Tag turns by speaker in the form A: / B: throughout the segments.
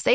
A: Say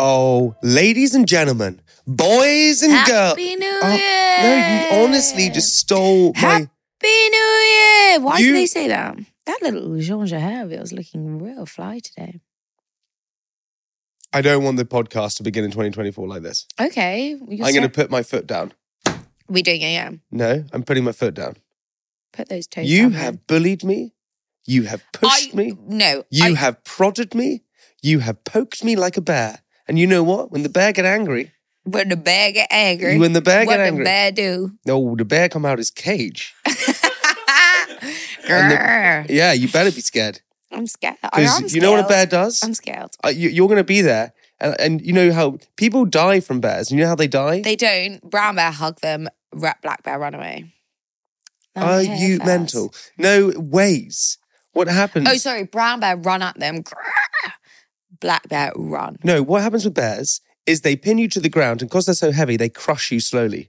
B: Oh, ladies and gentlemen, boys and girls.
C: Happy New
B: Oh,
C: Year!
B: No, you honestly just stole my.
C: Happy New Year! Why
B: You-
C: do they say that? That little Jean Gervais was looking real fly today.
B: I don't want the podcast to begin in 2024 like this.
C: Okay, well, you're
B: I'm going to
C: so-
B: put my foot down.
C: we doing it. Yeah,
B: No, I'm putting my foot down.
C: put those toes.
B: You
C: down,
B: have bullied me. You have
C: man.
B: pushed
C: I,
B: me.
C: No,
B: You
C: I-
B: have prodded me. You have poked me like a bear. And you know what? When the bear get angry,
C: When the bear get angry,
B: When the bear
C: what
B: get
C: the
B: angry.
C: bear do?
B: oh, the bear come out his cage. And the-
C: Grrr.
B: Yeah, you better be scared
C: I'm scared. I am
B: because you know what a
C: scared.
B: bear does.
C: I'm scared.
B: Uh, you, you're going to be there, and, and you know how people die from bears. You know how they die.
C: They don't. Brown bear hug them. Rat black bear run away. I'm
B: Are
C: here
B: you
C: first.
B: mental? No ways. What happens?
C: Oh, sorry. Brown bear run at them. Grrr. Black bear run.
B: No, what happens with bears is they pin you to the ground, and because they're so heavy, they crush you slowly.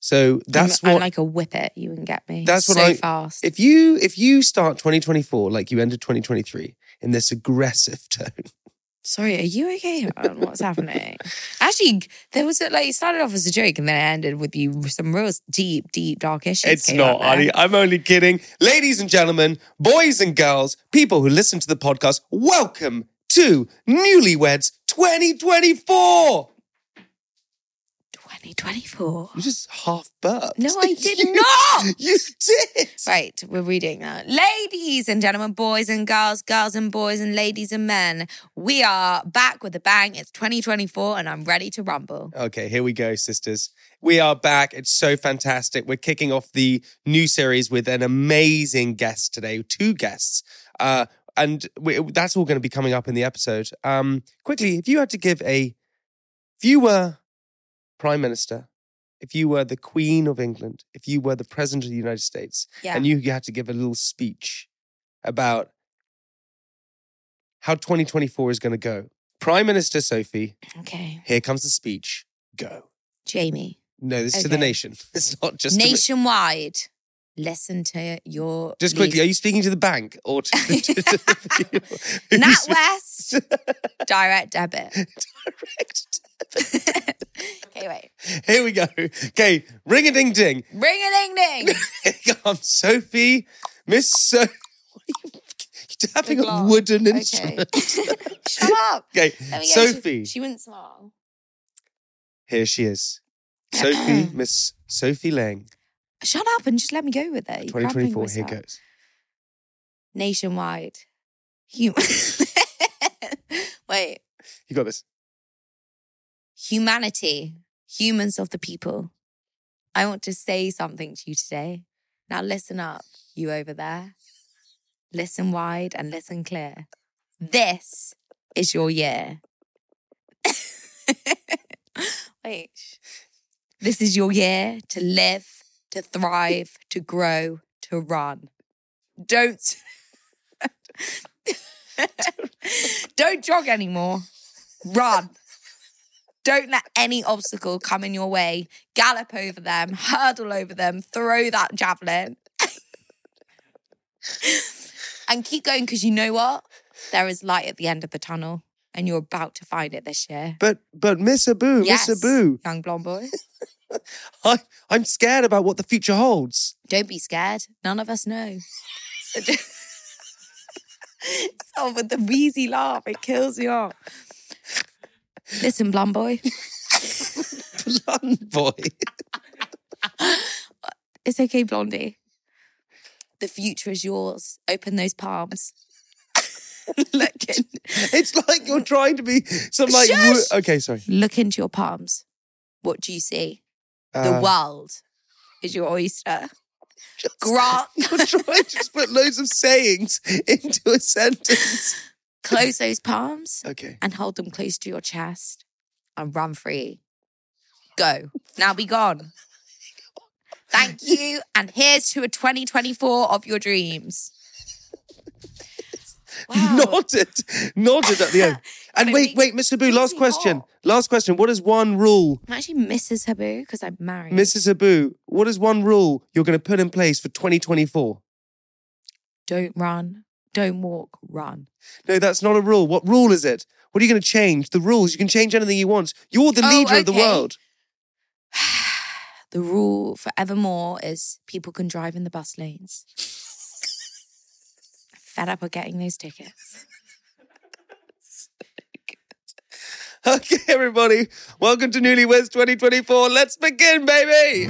B: So that's
C: I'm,
B: what.
C: I'm like a whippet. You can get me.
B: That's what
C: so
B: I-
C: fast.
B: if you if you start 2024 like you ended 2023 in this aggressive tone,
C: Sorry, are you okay? hon? What's happening? Actually, there was a, like it started off as a joke and then it ended with you with some real deep, deep, dark issues.
B: it's
C: came
B: not,
C: up there.
B: Arnie. I'm only kidding. Ladies and gentlemen, boys and girls, people who listen to the podcast, welcome to Newlyweds 2024.
C: 2024.
B: You just half burped.
C: No, I did
B: You-
C: not!
B: You did.
C: Right, we're reading now. Ladies and gentlemen, boys and girls, girls and boys, and ladies and men, we are back with a bang. It's 2024 and I'm ready to rumble.
B: Okay, here we go, sisters. We are back. It's so fantastic. We're kicking off the new series with an amazing guest today, two guests. Uh, and we, that's all going to be coming up in the episode. Um, quickly, if you had to give a, if you were Prime Minister, if you were the Queen of England, if you were the President of the United States,
C: Yeah.
B: and you, you had to give a little speech about how 2024 is going to go. Prime Minister Sophie,
C: okay.
B: here comes the speech. Go.
C: Jamie,
B: No, this is to the
C: Okay.
B: nation. It's not just to me.
C: nationwide, listen to your.
B: Just quickly,
C: lead-
B: are you speaking to the bank or to, to, to, the people? who speak
C: NatWest direct debit.
B: direct?
C: okay, wait.
B: Here we go. Okay, ring a ding ding.
C: Ring a ding ding.
B: Here comes Sophie, Miss So. What are you, you're tapping
C: The
B: a
C: glass.
B: wooden
C: Okay.
B: instrument.
C: Shut up.
B: Okay,
C: There we go. She-
B: Sophie.
C: She, wouldn't smile.
B: Here she is. Sophie, Miss Sophie Lang,
C: Shut up and just let me go with it. You're cramping
B: 2024. Here
C: myself.
B: goes.
C: Nationwide. Hum- wait.
B: You got this.
C: Humanity. Humans of the people. I want to say something to you today. Now listen up, you over there. Listen wide and listen clear. This is your year. Wait. This is your year to live, to thrive, to grow, to run. Don't Don't jog anymore. Run. Don't let any obstacle come in your way. Gallop over them, hurdle over them, throw that javelin. and keep going because you know what? There is light at the end of the tunnel and you're about to find it this year.
B: But but Miss Abu, Miss Abu,
C: Young blonde boy.
B: I, I'm scared about what the future holds.
C: Don't be scared. None of us know. So don't- oh, but the wheezy laugh, it kills me off. Listen, blonde boy,
B: Blonde boy.
C: it's okay, blondie. The future is yours. Open those palms. look, in,
B: It's like you're trying to be some like. wo-
C: Shush!
B: okay, sorry.
C: look into your palms. What do you see? The
B: Uh,
C: world is your oyster. Grant,
B: You're trying to just put loads of sayings into a sentence.
C: close those palms
B: Okay.
C: and hold them close to your chest and run free. Go. Now be gone. Thank you. And here's to a 2024 of your dreams. Wow.
B: Nodded. Nodded at the end. And
C: But it
B: wait, wait,
C: makes
B: Mr. Boo, last
C: really
B: question.
C: hot.
B: Last question. What is one rule,
C: I'm actually Mrs. Habu because I'm married.
B: Mrs. Abu? What is one rule you're going to put in place for 2024?
C: Don't run. Don't walk. Run.
B: No, that's not a rule. What rule is it? What are you going to change? The rules. You can change anything you want. You're the
C: Oh,
B: leader of the
C: okay.
B: world.
C: The rule forevermore is people can drive in the bus lanes. Fed up of getting those tickets.
B: Okay, everybody. Welcome to Newlyweds 2024. Let's begin, baby.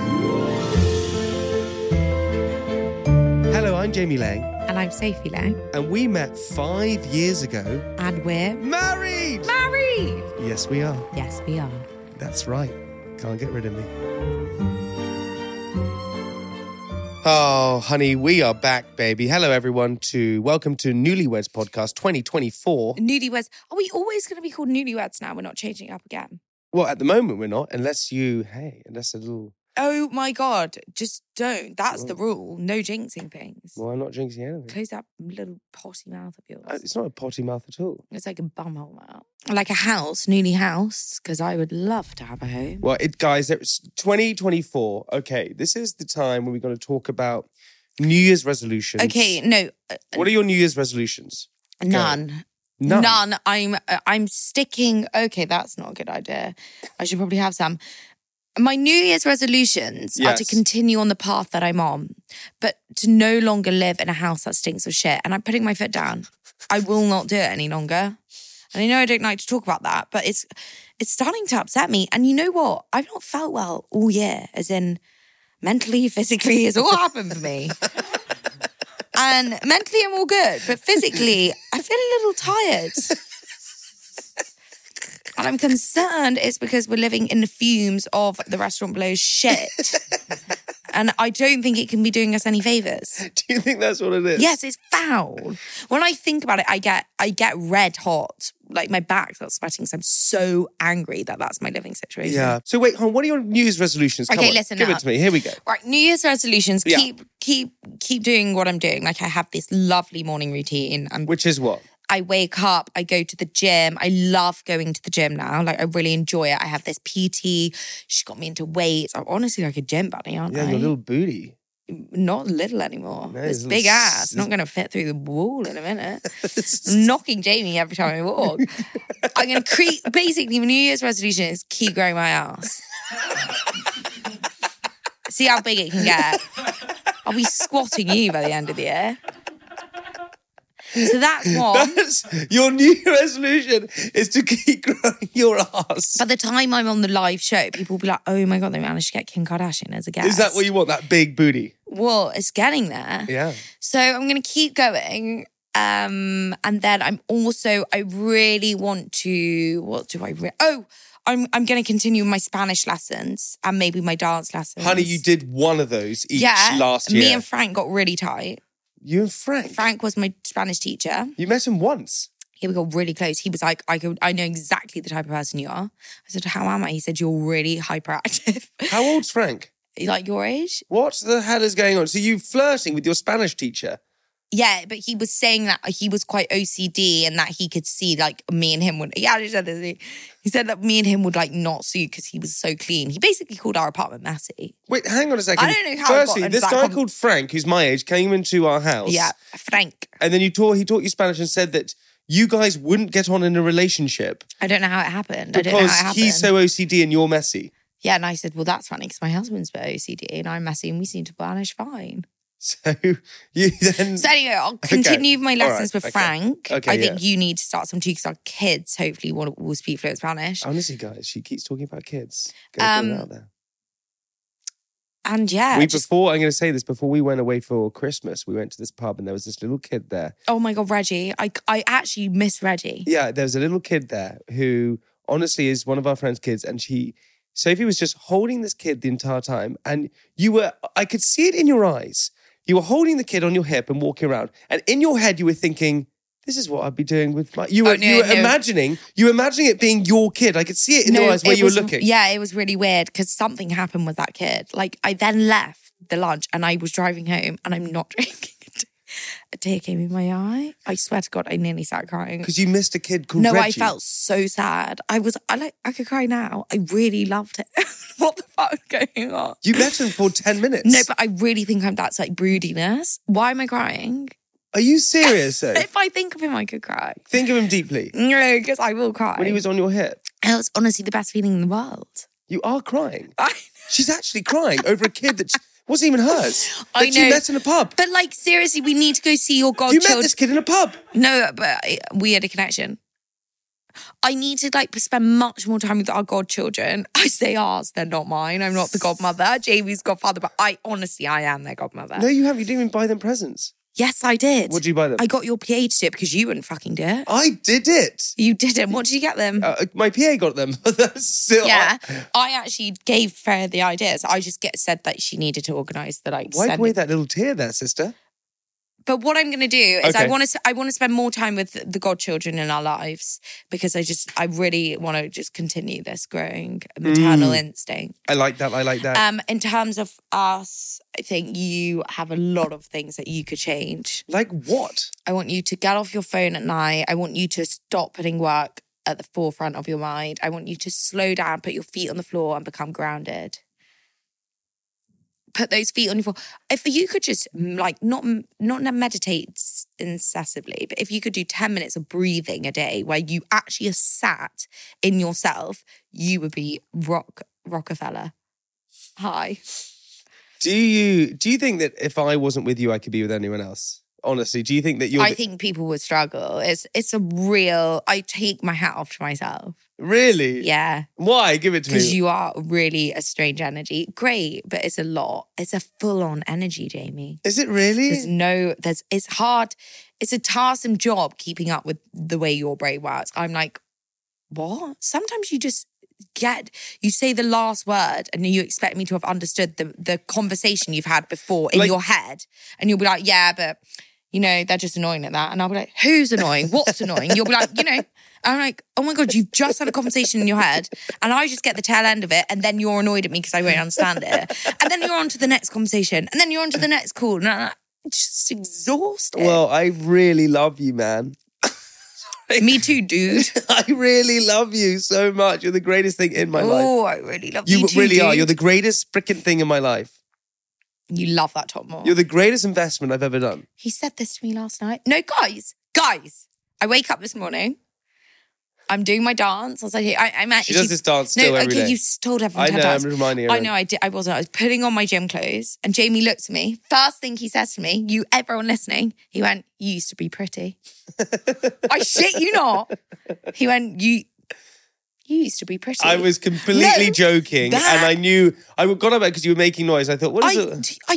B: Hello, I'm Jamie Lang,
C: And I'm Sophie Lang.
B: and we met five years ago.
C: And we're
B: Married!
C: married.
B: Yes, we are.
C: Yes, we are.
B: That's right. Can't get rid of me. Oh, honey, we are back, baby. Hello, everyone, to welcome to Newlyweds Podcast 2024.
C: Newlyweds. Are we always going to be called newlyweds now? We're not changing it up again.
B: Well, at the moment, we're not, unless you, hey, unless a little.
C: Oh my God. Just don't. That's the
B: Mm.
C: rule. No jinxing things.
B: Well, I'm not drinking anything.
C: Close that little potty mouth of yours.
B: Uh, It's not a potty mouth at all.
C: It's like a bumhole now. Like a house, newly house, because I would love to have a home.
B: Well, it, guys, it's 2024. Okay, this is the time when we're going to talk about New Year's resolutions.
C: Okay, no, uh,
B: What are your New Year's resolutions?
C: none,
B: None.
C: I'm, uh, I'm sticking. Okay, that's not a good idea. I should probably have some. My New Year's resolutions are to
B: Yes.
C: continue on the path that I'm on, but to no longer live in a house that stinks of shit. And I'm putting my foot down. I will not do it any longer. And I know I don't like to talk about that, but it's it's starting to upset me. And you know what? I've not felt well all year, as in mentally, physically, it's all happened for me. and mentally, I'm all good, but physically, I feel a little tired. And I'm concerned it's because we're living in the fumes of the restaurant below shit. and I don't think it can be doing us any favors.
B: Do you think that's what it is?
C: Yes, it's foul. When I think about it, I get I get red hot. Like my back starts sweating because I'm so angry that that's my living situation.
B: Yeah. So wait, hon, what are your New Year's resolutions? Come
C: Okay,
B: on,
C: listen
B: Give it
C: up.
B: to me. Here we go.
C: Right, New Year's resolutions.
B: Yeah.
C: Keep keep keep doing what I'm doing. Like I have this lovely morning routine. I'm
B: Which is what?
C: I wake up, I go to the gym. I love going to the gym now. Like I really enjoy it. I have this PT. She got me into weights. I'm honestly like a gym bunny, aren't
B: Yeah,
C: I?
B: your little booty.
C: Not little anymore.
B: No,
C: this
B: it's a
C: big
B: little
C: ass.
B: s-
C: Not gonna fit through the wall in a minute. knocking Jamie every time I walk. I'm going to create basically my New Year's resolution is keep growing my ass. See how big it can get. I'll be squatting you by the end of the year. So that's one.
B: That's your new resolution is to keep growing your ass.
C: By the time I'm on the live show, people will be like, oh my God, they managed to get Kim Kardashian as a guest.
B: Is that what you want? That big booty?
C: Well, it's getting there.
B: Yeah.
C: So I'm going to keep going. Um, and then I'm also, I really want to, what do I, re- oh, I'm, I'm going to continue my Spanish lessons and maybe my dance lessons.
B: Honey, you did one of those each
C: yeah,
B: last year.
C: Me and Frank got really tight.
B: you and Frank.
C: Frank was my Spanish teacher.
B: You met him once.
C: Yeah, we got really close. He was like, I could, I know exactly the type of person you are. I said, how am I? He said, you're really hyperactive.
B: How old's Frank?
C: like your age?
B: What the hell is going on? So you flirting with your Spanish teacher?
C: Yeah, but he was saying that he was quite OCD and that he could see like me and him would. Yeah, I just said this. He said that me and him would like not suit because he was so clean. He basically called our apartment messy.
B: Wait, hang on a second.
C: I don't know how I got
B: Firstly,
C: into
B: this
C: that
B: guy
C: com-
B: called Frank, who's my age, came into our house.
C: Yeah, Frank.
B: And then you taught he taught you Spanish and said that you guys wouldn't get on in a relationship
C: I don't know how it happened. I don't know how it
B: because
C: happened.
B: he's so OCD and you're messy.
C: yeah, and I said, well, that's funny because my husband's a bit OCD and I'm messy and we seem to vanish fine.
B: So you then.
C: So anyway, I'll continue my
B: All right.
C: lessons with
B: Okay.
C: Frank.
B: Okay,
C: I think you need to start some too because our kids hopefully will, will speak fluent Spanish.
B: Honestly, guys, she keeps talking about kids. Go
C: Um,
B: put it out there.
C: And yeah,
B: we
C: just,
B: before I'm going to say this before we went away for Christmas, we went to this pub and there was this little kid there.
C: oh my god, Reggie, I I actually miss Reggie.
B: Yeah, there was a little kid there who honestly is one of our friends' kids, and she, Sophie, was just holding this kid the entire time, and you were, I could see it in your eyes. You were holding the kid on your hip and walking around, and in your head you were thinking. This is what I'd be doing with my. You
C: Oh,
B: were,
C: no,
B: you were
C: no.
B: imagining, you were imagining it being your kid. I could see it in your eyes where
C: it
B: you were
C: was-
B: looking.
C: Yeah, it was really weird because something happened with that kid. Like I then left the lunch and I was driving home and I'm not drinking. a t- A tear came in my eye. I swear to God, I nearly started crying.
B: Because you missed a kid called
C: No, I
B: Reggie.
C: felt so sad. I was, I like, I could cry now. I really loved it. what the fuck was going on?
B: You met him for 10 minutes.
C: No, but I really think I'm that's like broodiness. Why am I crying?
B: Are you serious? though?
C: If I think of him, I could cry.
B: Think of him deeply.
C: No, because I will cry.
B: When he was on your hip,
C: it was honestly the best feeling in the world.
B: you are crying.
C: I,
B: She's actually crying over a kid that she- wasn't even hers.
C: I
B: that
C: know.
B: you met in a pub.
C: but like seriously, we need to go see your
B: you
C: godchildren.
B: met this kid in a pub.
C: No, but I- we had a connection. I need to like spend much more time with our godchildren. I say ours, they're not mine. I'm not the godmother. Jamie's godfather, but I honestly, I am their godmother.
B: No, you haven't. You didn't even buy them presents.
C: Yes, I did.
B: What did you buy them?
C: I got your PA to do it because you wouldn't fucking do it.
B: I did it.
C: You didn't. What did you get them?
B: Uh, my PA got them. That's still.
C: yeah, I actually gave Fair the ideas. I just get said that she needed to organise the like.
B: Wipe
C: send-
B: away that little tear there, sister.
C: But what I'm going to do is I
B: Okay.
C: want to I want to spend more time with the godchildren in our lives because I just I really want to just continue this growing maternal instinct.
B: I like that. I like that.
C: Um, in terms of us, I think you have a lot of things that you could change.
B: like what?
C: I want you to get off your phone at night. I want you to stop putting work at the forefront of your mind. I want you to slow down, put your feet on the floor, and become grounded. Put those feet on your floor. If you could just mm, like not not meditate s- incessantly, but if you could do ten minutes of breathing a day, where you actually are sat in yourself, you would be rock Rockefeller. Hi.
B: Do you do you think that if I wasn't with you, I could be with anyone else? Honestly, do you think that you're
C: I
B: the-
C: think people would struggle. It's it's a real. I take my hat off to myself.
B: really?
C: Yeah.
B: Why? Give it to me.
C: Because you are really a strange energy. Great, but it's a lot. It's a full on energy, Jamie.
B: Is it really?
C: There's no, there's, it's hard. It's a tiresome job keeping up with the way your brain works. I'm like, what? Sometimes you just get, you say the last word and you expect me to have understood the, the conversation you've had before in
B: Like-
C: your head. And you'll be like, yeah, but you know, they're just annoying at that. And I'll be like, who's annoying? What's annoying? You'll be like, you know, And I'm like, oh my God, you've just had a conversation in your head. And I just get the tail end of it. And then you're annoyed at me because I won't understand it. And then you're on to the next conversation. And then you're on to the next call. And I'm just exhausted.
B: Well, I really love you, man.
C: me too, dude.
B: I really love you so much. You're the greatest thing in my life.
C: Oh, I really love
B: You
C: you. too,
B: really are.
C: dude.
B: You're the greatest freaking thing in my life.
C: You love that top more.
B: You're the greatest investment I've ever done.
C: he said this to me last night. No, guys, guys. I wake up this morning. I'm doing my dance. I was like, I, I'm
B: She
C: actually.
B: does this dance
C: no,
B: still
C: okay,
B: every day.
C: you told everyone
B: I
C: to
B: know. I'm
C: dance.
B: reminding her.
C: I know I did. I wasn't. I was putting on my gym clothes, and Jamie looked at me. First thing he says to me, "You, everyone listening," he went, "You used to be pretty." I shit you not. He went, "You, you used to be pretty."
B: I was completely
C: No,
B: joking,
C: that-
B: and I knew I got about because you were making noise. I thought, what is
C: I,
B: it?
C: d- I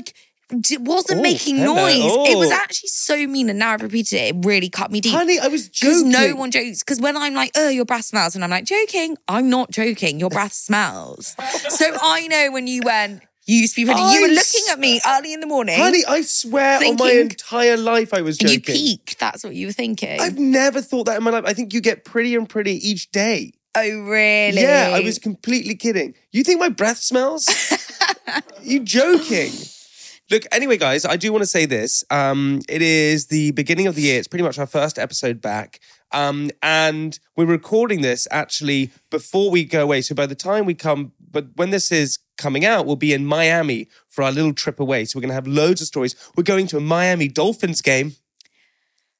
C: d- wasn't
B: Oh,
C: making
B: hello.
C: noise. It was
B: Oh.
C: actually so mean, and now I've repeated it. It really cut me deep.
B: Honey, I was
C: Because
B: joking.
C: no one jokes. Because when I'm like, oh, your breath smells, and I'm like, joking, I'm not joking. Your breath smells. so I know when you went, you used to be pretty. you were
B: I
C: looking at me early in the morning.
B: Honey, I swear on my
C: Thinking-
B: entire life, I was
C: and
B: joking.
C: you peaked. That's what you were thinking.
B: I've never thought that in my life. I think you get pretty and pretty each day.
C: oh, really?
B: Yeah, I was completely kidding. You think my breath smells? you joking? Look, anyway, guys, I do want to say this. Um, it is the beginning of the year. It's pretty much our first episode back. Um, and we're recording this actually before we go away. So by the time we come, but when this is coming out, we'll be in Miami for our little trip away. So we're going to have loads of stories. We're going to a Miami Dolphins game.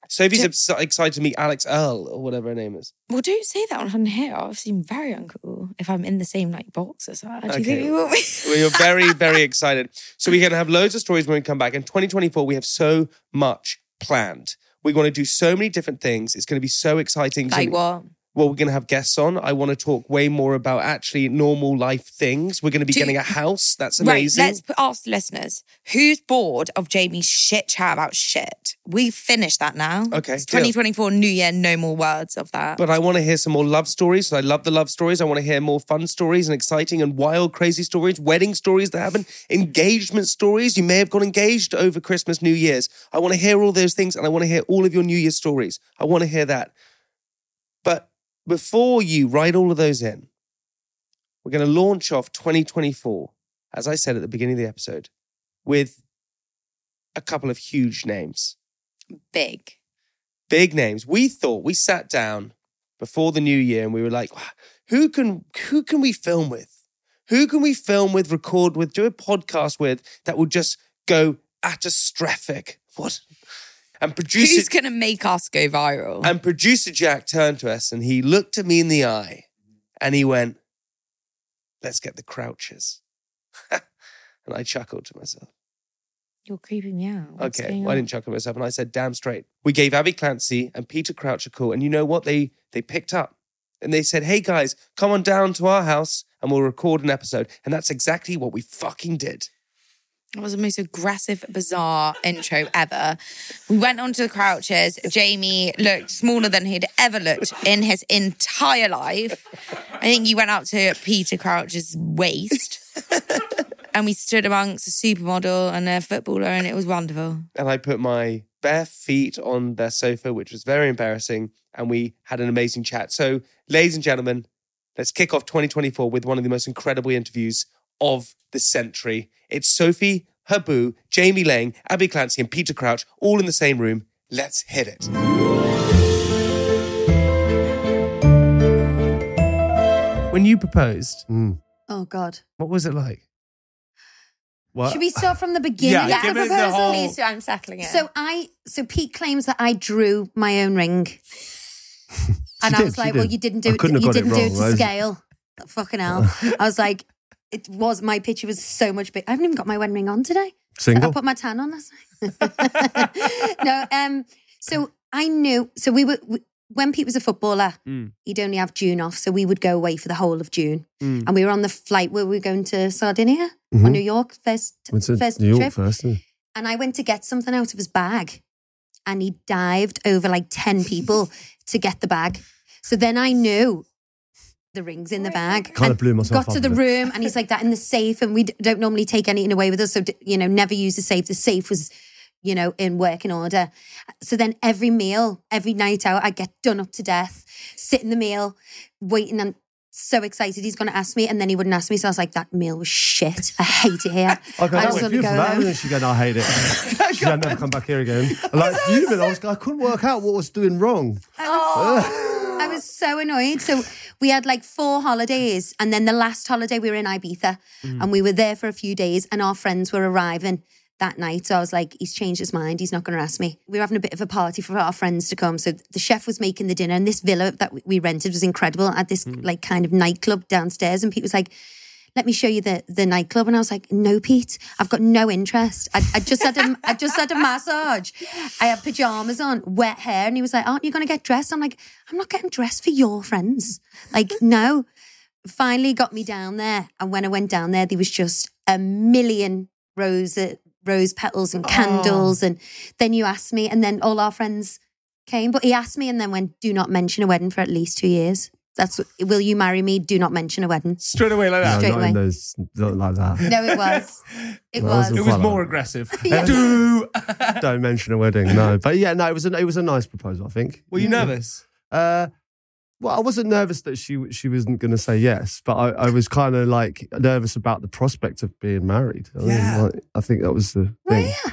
B: Sophie's
C: Do-
B: obs- excited to meet Alex Earl or whatever her name is.
C: Well, don't say that on here. I seem very uncool if I'm in the same like box as her. Do you
B: Okay.
C: think you want me?
B: We are very, very excited. So we're going to have loads of stories when we come back. In 2024, we have so much planned. We're going to do so many different things. It's going to be so exciting.
C: like what?
B: Well, we're going to have guests on. I want to talk way more about actually normal life things. We're going to be
C: Do-
B: getting a house. That's amazing.
C: Right, let's put, ask the listeners who's bored of Jamie's shit chat about shit. We've finished that now.
B: Okay,
C: It's
B: deal.
C: 2024 New Year, no more words of that.
B: But I want to hear some more love stories. I love the love stories. I want to hear more fun stories and exciting and wild, crazy stories, wedding stories that happen, engagement stories. You may have got engaged over Christmas, New Year's. I want to hear all those things and I want to hear all of your New Year's stories. I want to hear that. But before you write all of those in, we're going to launch off 2024, as I said at the beginning of the episode, with a couple of huge names
C: Big.
B: big names. We thought we sat down before the new year and we were like, who can who can we film with? Who can we film with, record with, do a podcast with that will just go atastrophic? What? And producer
C: Who's gonna make us go viral?
B: and producer Jack turned to us and he looked at me in the eye and he went, Let's get the crouches. and I chuckled to myself.
C: You're creeping me out. What's
B: Okay,
C: going
B: well, I
C: on?
B: didn't chuckle myself, and I said, "Damn straight." We gave Abby Clancy and Peter Crouch a call, and you know what? They they picked up, and they said, "Hey guys, come on down to our house, and we'll record an episode." And that's exactly what we fucking did.
C: That was the most aggressive, bizarre intro ever. We went on to the crouches. Jamie looked smaller than he'd ever looked in his entire life. I think you went up to Peter Crouch's waist. and we stood amongst a supermodel and a footballer, and it was wonderful.
B: And I put my bare feet on their sofa, which was very embarrassing, and we had an amazing chat. So, ladies and gentlemen, let's kick off 2024 with one of the most incredible interviews of the century. It's Sophie Habu, Jamie Lang, Abby Clancy, and Peter Crouch all in the same room. Let's hit it. When you proposed,
D: Oh God.
B: what was it like? What?
D: Should we start from the beginning?
B: Yeah,
D: of
B: give
D: the
B: us the
D: proposal?
B: whole- Please do,
C: I'm settling
D: So I so Pete claims that I drew my own ring. and I
E: did,
D: was
E: she
D: like,
E: did.
D: well you didn't
E: I
D: do it
E: couldn't have
D: you
E: got it
D: didn't do it
E: wrong, I
D: to
E: was-
D: scale. Fucking hell. I was like, it was my picture was so much big. I haven't even got my wedding ring on today. I
E: Single?
D: put my tan on last night. no, um, so I knew. So we were we- when Pete was a footballer,
B: Mm.
D: he'd only have June off, so we would go away for the whole of June,
B: Mm.
D: and we were on the flight where we were going to Sardinia or
E: Mhm.
D: New York first
E: Went to
D: first
E: New York
D: trip,
E: first. didn't we?
D: and I went to get something out of his bag, and he dived over like ten people to get the bag. So then I knew. The rings in the bag.
E: Kinda
D: And
E: blew myself
D: Got to
E: up
D: the
E: a bit.
D: room, and he's like that in the safe, and we d- don't normally take anything away with us. So d- you know, never use the safe. The safe was you know, in working order. So then every meal, every night out, I get done up to death, sit in the meal, waiting and so excited he's going to ask me. And then he wouldn't ask me. So I was like, that meal was shit. I hate it here.
E: I go,
D: I
E: that
D: just
E: was
D: want to
E: beautiful.
D: go
E: That, and
D: home.
E: then she goes, I hate it. she will never come back here again. And Like you, but I was, I couldn't work out what was doing wrong.
D: I was so annoyed. So we had like four holidays, and then the last holiday we were in Ibiza, and we were there for a few days, and our friends were arriving that night. So I was like, he's changed his mind. He's not going to ask me. We were having a bit of a party for our friends to come. So the chef was making the dinner, and this villa that we- we rented was incredible. At this like kind of nightclub downstairs, and Pete was like. Let me show you the, the nightclub, and I was like, "No, Pete, I've got no interest. I, I just had a I just had a massage. I had pajamas on, wet hair, and he was like, "Aren't you going to get dressed?" I'm like, "I'm not getting dressed for your friends. Like, no." Finally, got me down there, and when I went down there, there was just a million rose uh, rose petals and candles, and then you asked me, and then all our friends came, but he asked me, and then went, "Do not mention a wedding for at least two years." That's what- will you marry me? Do not mention a wedding.
B: Straight away like
E: No,
D: Straight
E: not
D: away.
E: in those, not like that.
D: No, it was. It
E: Well,
D: was.
E: that was a- It more
B: aggressive.
D: Yeah.
B: Do.
E: Don't mention a wedding, no. But yeah, no, it was a, it was a nice proposal, I think.
B: Were you nervous?
E: Uh, well, I wasn't nervous that she she wasn't going to say yes, but I, I was kind of like nervous about the prospect of being married. I, mean,
B: Yeah.
E: like, I think that was the thing.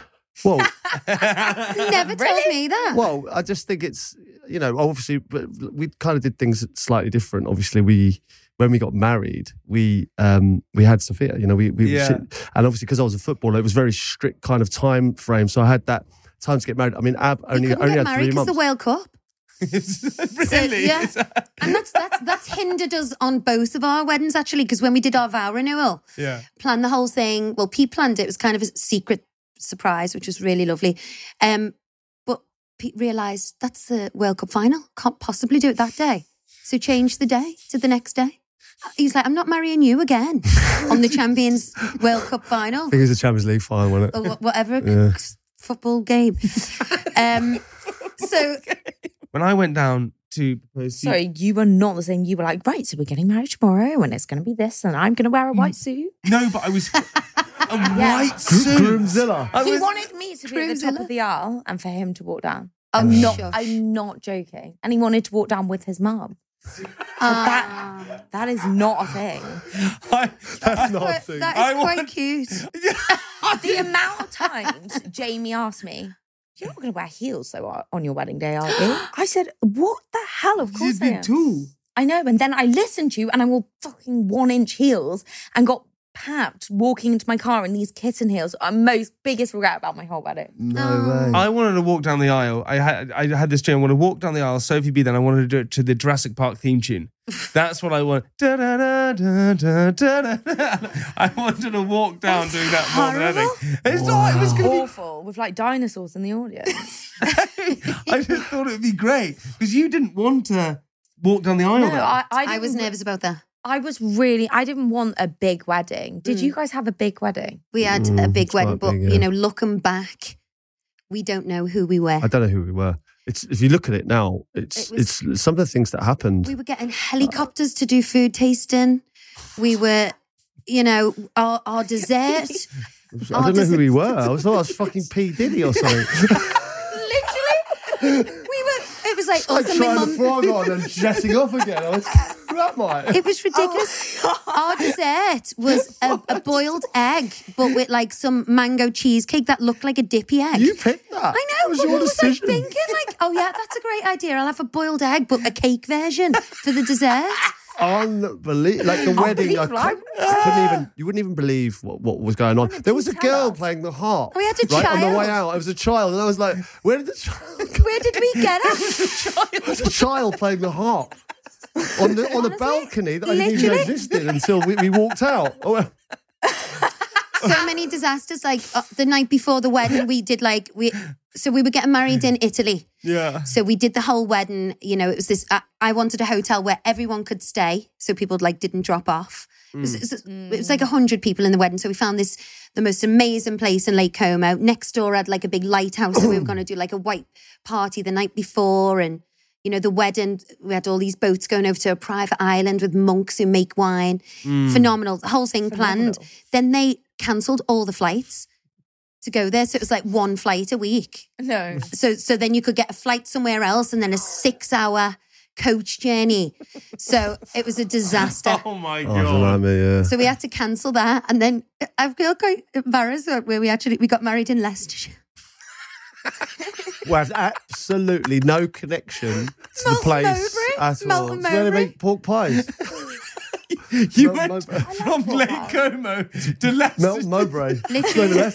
E: Well,
D: You never told me that.
E: Well, I just think it's you know obviously but we kind of did things slightly different. Obviously, we when we got married, we um we had Sophia. You know, we we
B: Yeah.
E: and obviously because I was a footballer, it was very strict kind of time frame. So I had that time to get married. I mean, Ab
D: You
E: only
D: couldn't
E: only
D: get
E: had
D: married
E: three
D: because
E: months.
D: the World Cup.
B: really?
D: yeah. And that's, that's, that's hindered us on both of our weddings, actually, because when we did our vow renewal,
B: yeah.
D: planned the whole thing. Well, Pete planned it. It was kind of a secret surprise, which was really lovely. Um, but Pete realised that's the World Cup final. Can't possibly do it that day. So change the day to the next day. He's like, I'm not marrying you again on the Champions World Cup final
E: I think it was the Champions League final, wasn't it?
D: or wha- whatever
E: Yeah.
D: football game. Um, so
B: When I went down to propose to you-
C: Sorry, you were not the same. You were like, right, so we're getting married tomorrow and it's going to be this and I'm going to wear
B: Mm.
C: a white suit.
B: No, but I was a white suit.
E: Groomzilla.
B: I
C: he
B: was-
C: wanted me to be at the top of the aisle and for him to walk down.
D: I'm
C: not,
D: sure.
C: I'm not joking. And he wanted to walk down with his mum.
E: Ah.
C: That, that is not a thing.
B: I-
E: That's not a
D: that is
E: thing.
B: I
D: quite
B: want-
D: cute.
C: the amount of times Jamie asked me, "You're not going to wear heels though are- on your wedding day, are you?" I said, "What the hell? Of course I am."
B: tall.
C: I know. And then I listened to you, and I wore fucking one-inch heels and got papped walking into my car in these kitten heels. Our most biggest regret about my whole wedding.
D: Mm.
E: No
D: Um,
E: way.
B: I wanted to walk down the aisle. I had I had this dream. I want to walk down the aisle, Sophie B. Then I wanted to do it to the Jurassic Park theme tune. That's what I want. Da, da, da, da, da, da, da. I wanted to walk down doing that more than
C: Horrible. Oh.
B: anything. It's not. It was going to be.
C: Awful, with like dinosaurs in the audience.
B: I just thought it would be great because you didn't want to walk down the aisle.
C: No,
B: then.
C: I, I,
D: I was
C: didn't-
D: nervous about that.
C: I was really. I didn't want a big wedding. Did you guys have a big wedding?
D: We had a
E: Mm,
D: big
E: it's quite
D: wedding, but
E: big, yeah.
D: you know, looking back, we don't know who we were.
E: I don't know who we were. It's if you look at it now, it's
D: It was-
E: it's some of the things that happened.
D: We were getting helicopters to do food tasting. We were, you know, our, our
E: I
D: dessert. Oh,
E: don't know
D: does
E: who
D: it-
E: we were. I was thought I was fucking P Diddy or something.
D: Literally, we were. It was like us and my mum.
E: on and jetting off again. I was, who am I?
D: It was ridiculous. Our dessert was a, a boiled egg, but with like some mango cheesecake that looked like a dippy egg.
E: you picked that.
D: I know.
E: That was
D: but
E: your
D: what
E: decision.
D: was I thinking? Like, oh yeah, that's a great idea. I'll have a boiled egg, but a cake version for the dessert.
E: Unbelievable! Like the wedding, I,
C: Unbelievable. I-
E: couldn't, I couldn't even. You wouldn't even believe what, what was going on. There was a girl playing the harp.
D: We had a
E: right, on the way
D: child.
E: out. It was a child, and I was like, "Where did the child?
D: Where did we get it?
E: There's a child playing the harp on the on a balcony that I didn't even know
D: literally.
E: existed until we, we walked out." Oh, well,
D: so many disasters. Like uh, the night before the wedding, we did like we. So we were getting married in Italy.
B: yeah.
D: So we did the whole wedding. You know, it was this. I, I wanted a hotel where everyone could stay, so people like didn't drop off. It was, it was- it was like a hundred people in the wedding, so we found this the most amazing place in Lake Como. Next door had like a big lighthouse, so we were going to do like a white party the night before, and you know the wedding. We had all these boats going over to a private island with monks who make wine. Phenomenal, the whole thing planned. Then they cancelled all the flights to go there, so it was like one flight a week
C: No.
D: so so then you could get a flight somewhere else and then a six hour coach journey so it was a disaster
B: Oh my
E: oh,
B: god.
E: blimey, yeah.
D: so we had to cancel that and then i feel quite embarrassed that where we actually we got married in leicestershire
E: We had absolutely no connection to the
D: Melton
E: place
D: Mowbray.
E: at all.
D: Melton
E: It's where they
D: Mowbray.
E: make pork pies.
B: you
E: Mel-
B: went
E: Mo-
B: from Lake Como to Leicester.
E: Mel Mowbray.
D: literally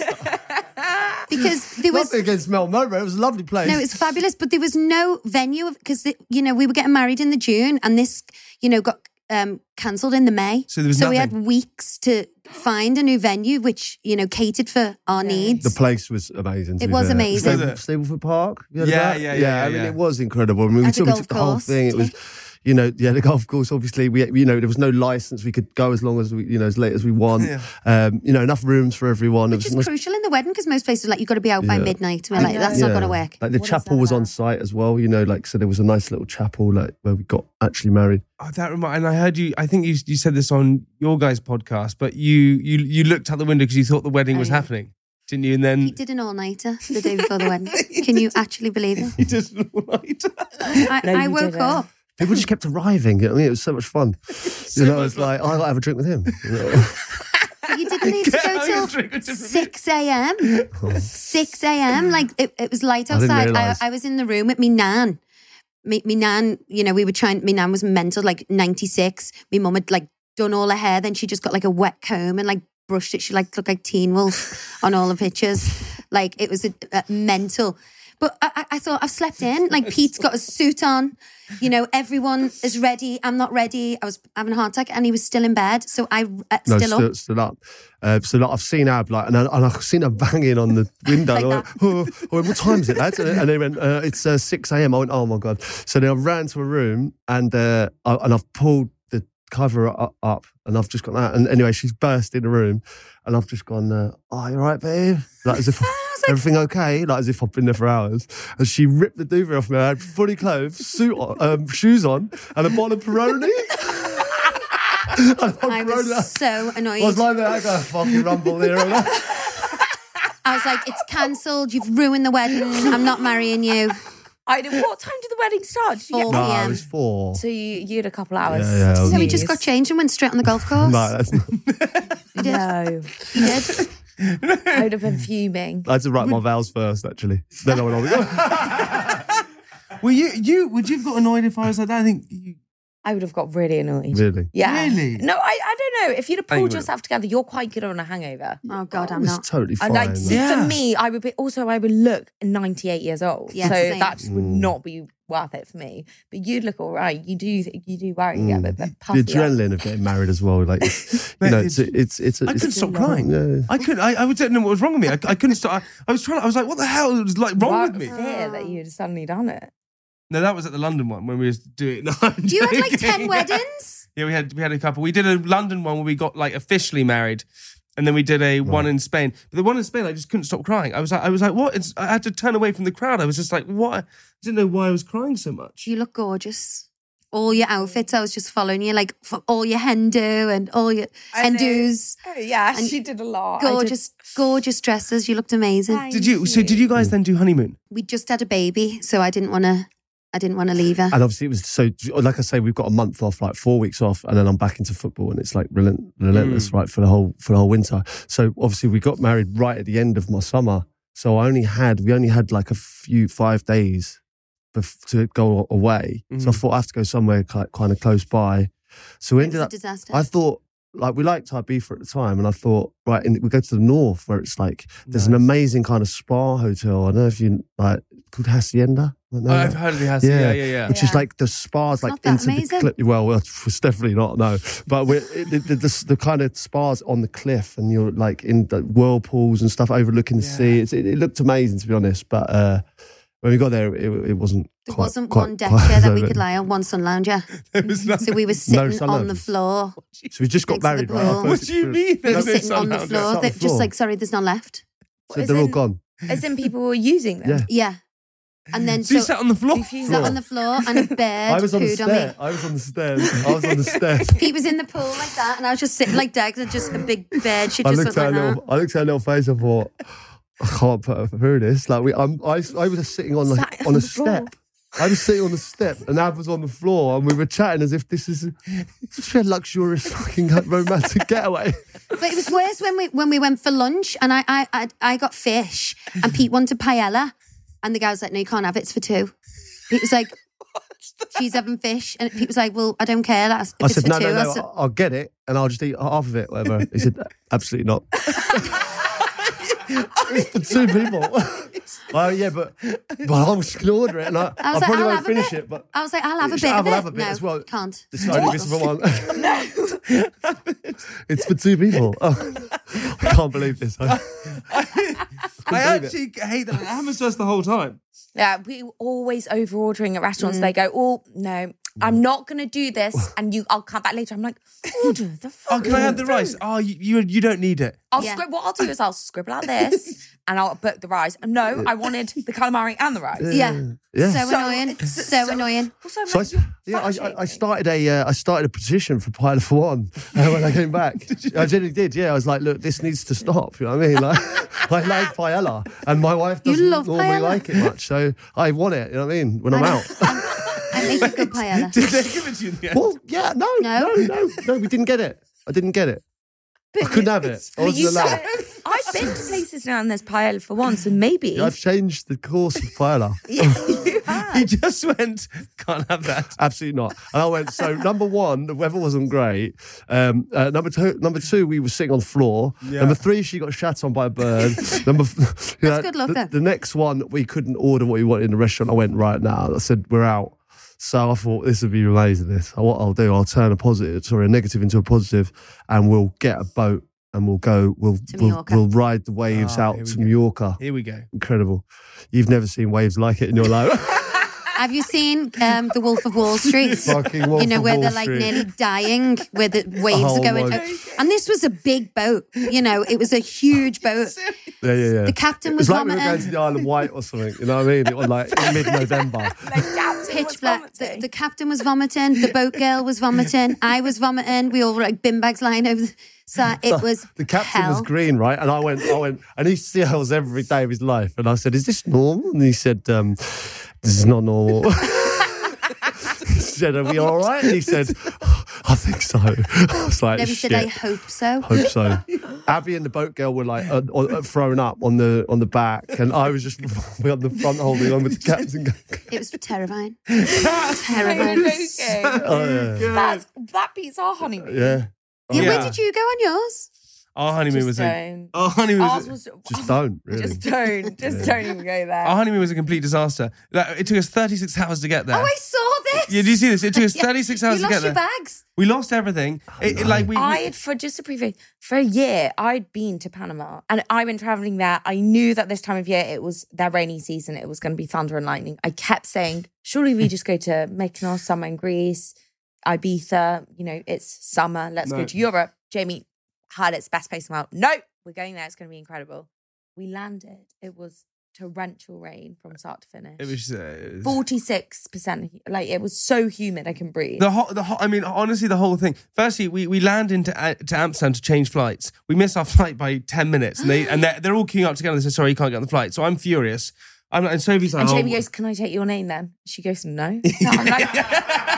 D: because there was
E: Nothing against Mel Mowbray. It was a lovely place.
D: No, it's fabulous, but there was no venue because you know we were getting married in the June, and this you know got um, cancelled in the May.
B: So there was
D: we had
B: nothing.
D: weeks to find a new venue, which you know catered for our needs.
E: the place was amazing. to
D: It
E: be
D: was
E: fair.
D: amazing.
E: Stable- Stableford Park. You heard of
B: Yeah,
E: that?
B: yeah, yeah,
E: I mean,
B: yeah.
E: it was incredible. I mean, we
D: At the
E: took, we
D: golf
E: took the whole
D: course,
E: thing. It was, you know, yeah, the golf course. Obviously, we, you know, there was no license. We could go as long as we, you know, as late as we want.
B: Yeah.
E: Um, you know, enough rooms for everyone.
D: which
E: it was
D: is crucial in the wedding because most places are like you've got to be out by
E: Yeah.
D: midnight. And we're like, that's not going to work.
E: Like the
C: What is
E: chapel
C: that
E: was on
C: about?
E: site as well. You know, like so there was a nice little chapel like where we got actually married.
B: Oh, that remind, and I heard you. I think you you said this on your guys' podcast, but you you you looked out the window because you thought the wedding was
D: Oh, yeah.
B: happening, didn't you? And then
D: He did an all nighter the day before the wedding. Can you actually believe it?
B: you just right.
D: I,
C: No,
D: I
C: you
D: woke
C: didn't.
D: up.
E: People just kept arriving. You know what I mean, it was so much fun. you know, it's like oh, I gotta have a drink with him. You know?
D: But you didn't need to
B: I was
D: go
B: drinking
D: till
B: different-
D: 6 a.m.
E: Oh.
D: 6 a.m. Like it, it was light
E: Mm. I didn't
D: outside. I,
E: realise.
D: I, was in the room with me nan. Me, me nan, you know, we were trying, me nan was mental, like 96. Me mum had like done all her hair, then she just got like a wet comb and like brushed it. She like looked like Teen Wolf on all the pictures. Like it was a, a mental. But I, I- I thought I've slept in. Like Pete's got a suit on. You know, everyone is ready. I'm not ready. I was having a heart attack, and he was still in bed. So I uh,
E: No,
D: still
E: still,
D: up.
E: still up. Uh, so like, I've seen Ab like, and, I, and I've seen her banging on the window.
D: Like
E: I went, oh, I went, what time is it, lads? And, and they went, uh, it's uh, six a.m. I went, oh my god. So then I ran to a room and uh, I, and I've pulled the cover up, up and I've just got that. And anyway, she's burst in the room, and I've just gone, uh, oh, you all right, babe? Like as if. Everything okay? Like as if I've been there for hours. And she ripped the duvet off me. I had fully clothed, suit on, um, shoes on, and a bottle of Peroni. And I
D: I
E: rolled out.
D: was so annoyed.
E: Oh, I was like that. I got a fucking rumble there. and that.
D: I was like, it's cancelled. You've ruined the wedding. I'm not marrying you.
C: I know. What time did the wedding start? Did you
D: Four
E: no,
D: p.m.
E: I was four.
C: So you, you had a couple hours.
E: Yeah, yeah, I was-
D: So he just got changed and went straight on the golf course.
E: No, that's not,
C: No,
D: He did.
C: I would have been fuming.
E: I had to write my vows first, actually. Then I went "Oh, on.
B: Well, you you would you've got annoyed if I was like that? I think you,
C: I would have got really annoyed.
E: really?
C: Yeah.
B: Really?
C: No, I, I don't know. If you'd have
B: you
C: pulled
B: would.
C: yourself together, you're quite good on a hangover.
D: Oh God,
E: I
D: I'm
E: was
D: not.
E: totally fine.
C: And like
E: like,
B: Yeah.
C: for me, I would be also I would look 98 years old.
D: Yeah,
C: so
D: same.
C: that just would
E: Mm.
C: not be worth it for me. But you'd look all right. You do you do worry, yeah, but, but
E: the
C: puffy up.
E: adrenaline of getting married as well. Like, you
B: Mate,
E: know,
B: it's-
E: it's it's it's.
B: I
E: it's-
B: couldn't stop crying.
E: Yeah.
B: I could. I, I didn't know what was wrong with me. I, I couldn't stop. I, I was trying. I was like, what the hell was like wrong
C: What
B: with me?
C: Fear that you'd suddenly done it.
B: No, that was at the London one when we was doing. No, I'm
D: Do you have like
B: joking.
D: ten weddings?
B: Yeah, we had we had a couple. We did a London one where we got like officially married, and then we did a one in Spain. But the one in Spain, I just couldn't stop crying. I was like, I was like, what? It's, I had to turn away from the crowd. I was just like, what? I didn't know why I was crying so much.
D: You look gorgeous. All your outfits, I was just following you, like for all your Hindu and all your
C: I know.
D: Hindus,
C: Oh yeah,
D: And
C: she did a lot. I did-
D: gorgeous, gorgeous dresses. You looked amazing.
C: Thank
B: Did you? So did you guys then do honeymoon?
D: We just had a baby, so I didn't want to. I didn't want to leave her.
E: And obviously, it was so. Like I say, we've got a month off, like four weeks off, and then I'm back into football, and it's like relent, relentless, right, for the whole for the whole winter. So obviously, we got married right at the end of my summer. So I only had we only had like a few five days bef- to go away. So I
B: Mhm.
E: thought I have to go somewhere ki- kind of close by. So we
D: It was
E: ended
D: a
E: up.
D: disaster.
E: I thought like we liked Ibiza at the time, and I thought right, and we go to the north where it's like there's an amazing kind of spa hotel. I don't know if you like called Hacienda. I don't know
B: Oh,
E: that
B: I've heard of the house. Yeah, yeah,
E: Yeah.
B: yeah. yeah.
E: which
C: Yeah.
E: is like the spas, like
D: not that
E: into
D: amazing.
E: the cliff. Well, it's definitely not. No, but we're, it, the, the, the, the kind of spas on the cliff, and you're like in the whirlpools and stuff, overlooking the
B: Yeah.
E: sea. It's, it, it looked amazing, to be honest. But uh, when we got there, it, it wasn't.
D: there
E: quite-
D: wasn't
E: quite-
D: one deck
E: quite
D: chair
E: as
D: that we
E: over-
D: could lie on, one sun lounger.
B: There was
D: So
B: nothing.
D: we were sitting
E: sun
D: on the
E: loungers.
D: floor.
E: So we just got
D: next to the
E: married. Right? Our
D: pool.
E: first
B: What do you mean?
E: experience-
D: We
B: There
D: were
B: was no
D: sitting
B: sun
D: on the
B: lounge?
D: floor.
E: It's on
D: They're
E: the
D: just
E: floor.
D: like, sorry, there's none left.
E: So they're all gone.
C: As in people were using them.
E: Yeah.
D: Yeah. And then
B: So you
D: so,
B: sat on the floor.
C: If you-
D: sat on the floor and a bird
E: I was on the
D: pooed on me.
E: stairs. I was on the stairs. I was on the stairs.
D: He was in the pool like that, and I was just sitting like Dags, and just a big bed. She
E: I
D: just
E: looked at
D: went
E: her
D: like that.
E: little. I looked at her little face. I thought. I can't put her through this. Like we, I'm, I, I was sitting on like
C: Sat
E: on
C: on
E: a
C: the floor.
E: step. I was sitting on a step, and Ab was on the floor, and we were chatting as if this is such a luxurious fucking romantic getaway.
D: But it was worse when we when we went for lunch, and I I I, I got fish, and Pete wanted paella, and the guy was like, "No, you can't have it. It's for two. Pete was like, "She's having fish," and Pete was like, "Well, I don't care. That's if
E: I
D: it's
E: said,
D: for
E: no,
D: two.
E: no,
D: I
E: no,
D: said,
E: I'll- I'll get it, and I'll just eat half of it, whatever. He said, absolutely not. it's for two people. Oh yeah, but but I'm just gonna order it, and I, I,
D: was
E: probably
D: like, I'll
E: won't
D: have a
E: finish
D: bit.
E: it, but.
D: I was like, "I'll have a
E: Should
D: bit
E: I have-
D: of it."
E: I'll have a bit
D: no,
E: as well?
D: Can't.
E: This is only missing for one. it's for two people. Oh, I can't believe this. I,
B: I
E: believe it.
B: actually hate that. It happens to us the whole time.
C: Yeah, we were always over ordering at
D: Mm.
C: restaurants. They go, oh no,
B: Mm.
C: I'm not going to do this, and you, I'll come back later. I'm like, order the.
B: Oh, can I have the
C: fucking
B: rice? Oh, you you, you don't need it.
C: I'll
D: Yeah.
C: scrib- what I'll do is I'll scribble out this and I'll book the rice. And no, I wanted the calamari and the rice.
D: Yeah.
E: Yeah.
D: So,
C: So-
D: annoying. So,
C: so-
D: annoying.
C: Also,
E: So I,
C: like, you're
E: yeah, I- I, I
C: fat-shaming.
E: started a uh, I started a petition for Pilot for One uh, when I came back. I genuinely did. Yeah, I was like, look, this needs to stop. You know what I mean? Like, I like paella, and my wife
D: You
E: doesn't
D: love
E: normally
D: paella.
E: like it much, so I want it. You know what I mean? When I'm out.
D: I make a good paella.
B: Did they give it to you in the end?
E: well, yeah, no,
D: No.
E: no, no, no, We didn't get it. I didn't get it. I couldn't have it. I
C: But
E: wasn't
C: you
E: allowed.
C: said- I've been to places now and there's paella for once, and maybe
E: I've changed the course of paella.
C: Yeah, you
B: He just went, can't have that.
E: Absolutely not. And I went, so number one, the weather wasn't great. Um, uh, number two, number two, we were sitting on the floor.
B: Yeah.
E: Number three, she got shat on by a bird. number f- yeah,
D: good luck
E: the,
D: then.
E: the next one, we couldn't order what we wanted in the restaurant. I went right now. I said, we're out. So I thought this would be amazing. This, And what I'll do, I'll turn a positive, sorry, a negative into a positive, and we'll get a boat and we'll go. We'll
D: To
E: we'll,
D: Mallorca.
E: we'll ride the waves
B: Ah,
E: out
B: here we
E: to
B: go.
E: Mallorca.
B: Here we go.
E: Incredible! You've never seen waves like it in your life.
D: Have you seen um, The Wolf of Wall Street?
E: Fucking Wolf
D: you know,
E: of
D: where
E: Wall
D: they're like
E: Street.
D: nearly dying, where the waves
E: Oh
D: are going.
E: my-
D: And this was a big boat, you know, it was a huge boat.
E: Yeah, yeah, yeah.
D: The captain
E: It
D: was
E: like we were going
D: vomiting.
E: to the Isle of Wight or something. You know what I mean? It was like in mid-November.
D: Pitch black. The, the captain was vomiting. The boat girl was vomiting. I was vomiting. We all were like bin bags lying over the side. It was
E: The captain
D: hell.
E: was green, right? And I went, I went, and he steals every day of his life. And I said, "Is this normal?" And he said, um, "This is not normal." he said, "Are we all right?" And he said, "I think so." I was like,
D: Never
E: "Shit."
D: said I hope so.
E: Hope so. Abby and the boat girl were like uh, uh, thrown up on the on the back, and I was just on the front holding on with the captain. going,
D: It was terrifying.
C: Terrible.
D: terrifying.
E: Oh, yeah.
C: That's, that beats our honeymoon.
E: yeah.
D: Yeah,
B: Yeah.
D: Where did you go on yours?
B: Our honeymoon
C: Just
B: was a,
C: don't.
B: our honeymoon was
C: Ours
B: a-
C: was,
E: Just don't, really.
C: just don't. Just don't even go there.
B: our honeymoon was a complete disaster. Like, it took us 36 hours to get there.
D: Oh, I saw this.
B: yeah, do you see this? It took us
D: Yeah.
B: 36
D: You
B: hours to
D: lost
B: get
D: your
B: there.
D: bags.
B: We lost everything. It, it, like we,
C: I had for just a preview for a year. I'd been to Panama and I've been traveling there. I knew that this time of year it was their rainy season. It was going to be thunder and lightning. I kept saying, "Surely we just go to Mykonos, summer in Greece, Ibiza. You know, it's summer. Let's
B: No.
C: go to Europe." Jamie had its best place in the world. No, we're going there. It's going to be incredible. We landed. It was torrential rain from start to finish.
B: it was uh,
C: forty-six percent. Like it was so humid, I can breathe.
B: The whole, the whole, I mean, honestly, the whole thing. Firstly, we, we land into uh, to Amsterdam to change flights. We miss our flight by ten minutes, and they and they're, they're all queuing up together. They say, "Sorry, you can't get on the flight." So I'm furious. I'm like, and Sophie's like,
C: And Jamie
B: "Oh,
C: goes, Can I take your name then? She goes, No. So I'm like,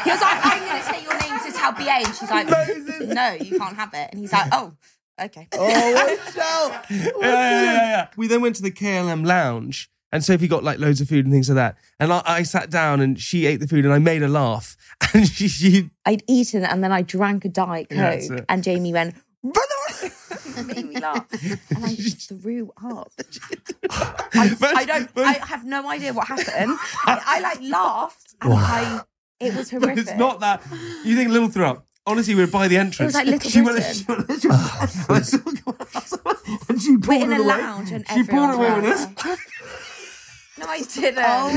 C: he was like, I'm going to take your name to tell BA. And she's like, No, you can't have it. And he's like, Oh, okay.
B: Oh, yeah, yeah, yeah, yeah. We then went to the KLM lounge, and Sophie got like loads of food and things like that. And I, I sat down, and she ate the food, and I made her laugh. And she, she
C: I'd eaten and then I drank a Diet
B: Yeah, that's
C: Coke.
B: it.
C: and Jamie went, "Brother!" And made me laugh. And I just threw up. I,
B: But-
C: I don't,
B: but-
C: I have no idea what happened. I, I like laughed and I, it was horrific.
B: it's not that. You think little throw up? Honestly, we were by the entrance.
C: like Little
B: she went,
C: Britain.
B: she went- she went- and she pulled
C: We're in
B: it
C: a
B: away.
C: lounge and
B: she pulled it
C: everyone's
B: away with
C: around
B: us.
C: No, I didn't.
D: my-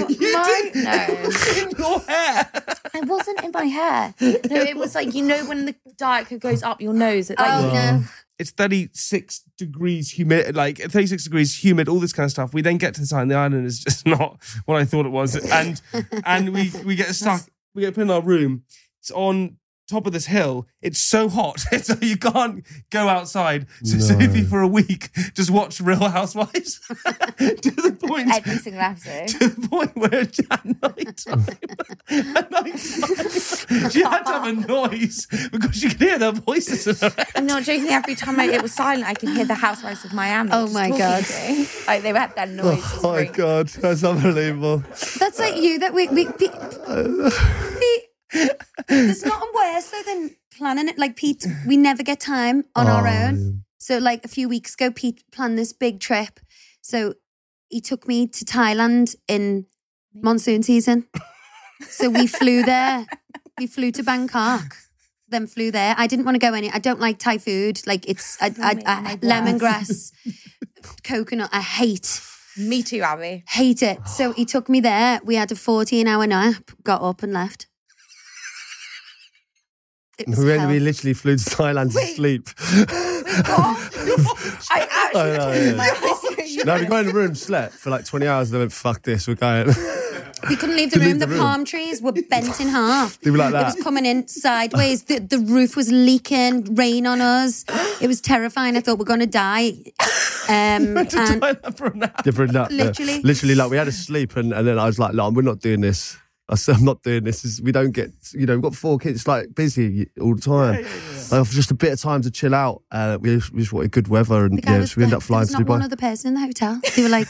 C: No.
B: in your hair.
C: Oh I wasn't in my hair. No, it was like you know when the diet coke goes up your nose. It, like,
D: Oh, no.
B: It's 36 degrees humid, like 36 degrees humid, all this kind of stuff. We then get to the side, and the island is just not what I thought it was. And and we, we get stuck, we get put in our room. It's on top of this hill. It's so hot. So you can't go outside. So
E: No.
B: Sophie, for a week, just watched Real Housewives to the point.
C: every single episode.
B: to the point where at night, at night she had to have a noise because she could hear their voices in her head.
C: I'm not joking. Every time I, it was silent, I could hear the housewives of Miami.
D: Oh
C: just
D: my
C: talking
D: God.
C: to me. Like they had that noise.
E: Oh my god, that's unbelievable.
D: That's like you. That we we. Pe- Pe- there's nothing worse though than planning it. Like Pete, we never get time on our
E: Oh,
D: own. So like a few weeks ago, Pete planned this big trip. So he took me to Thailand in monsoon season. So we flew there. We flew to Bangkok. Then flew there. I didn't want to go any. I don't like Thai food. Like it's I, I, I, lemongrass, coconut. I hate
C: Me too, Abby.
D: Hate it. So he took me there. We had a 14 hour nap, got up and left. It was
E: We, went-
D: hell.
E: we literally flew to Thailand to
C: Wait.
E: sleep.
C: I actually.
E: Oh, no, yeah, yeah.
C: You
E: no, we got in the room, slept for like 20 hours, and then went, fuck this, we're going.
D: We couldn't leave the room.
E: leave the
D: the
E: room.
D: palm trees were bent in half.
E: They were like
D: It
E: that.
D: was coming in sideways. The, the roof was leaking, rain on us. It was terrifying. I thought we're going to die. Um,
B: to
D: and
B: Thailand for a nap.
E: Different luck. yeah.
D: Literally.
E: Literally, like, we had a sleep, and, and then I was like, no, we're not doing this. I said, I'm not doing this. This is- We don't get, you know, we've got four kids, like, busy all the time. Like, for just a bit of time to chill out. Uh, we, just- we just wanted good weather, and
D: the guy
E: yeah,
D: was
E: so we ended
D: dead.
E: up flying
D: there
E: to
D: was not one
E: Dubai.
D: other person in the hotel. They were like,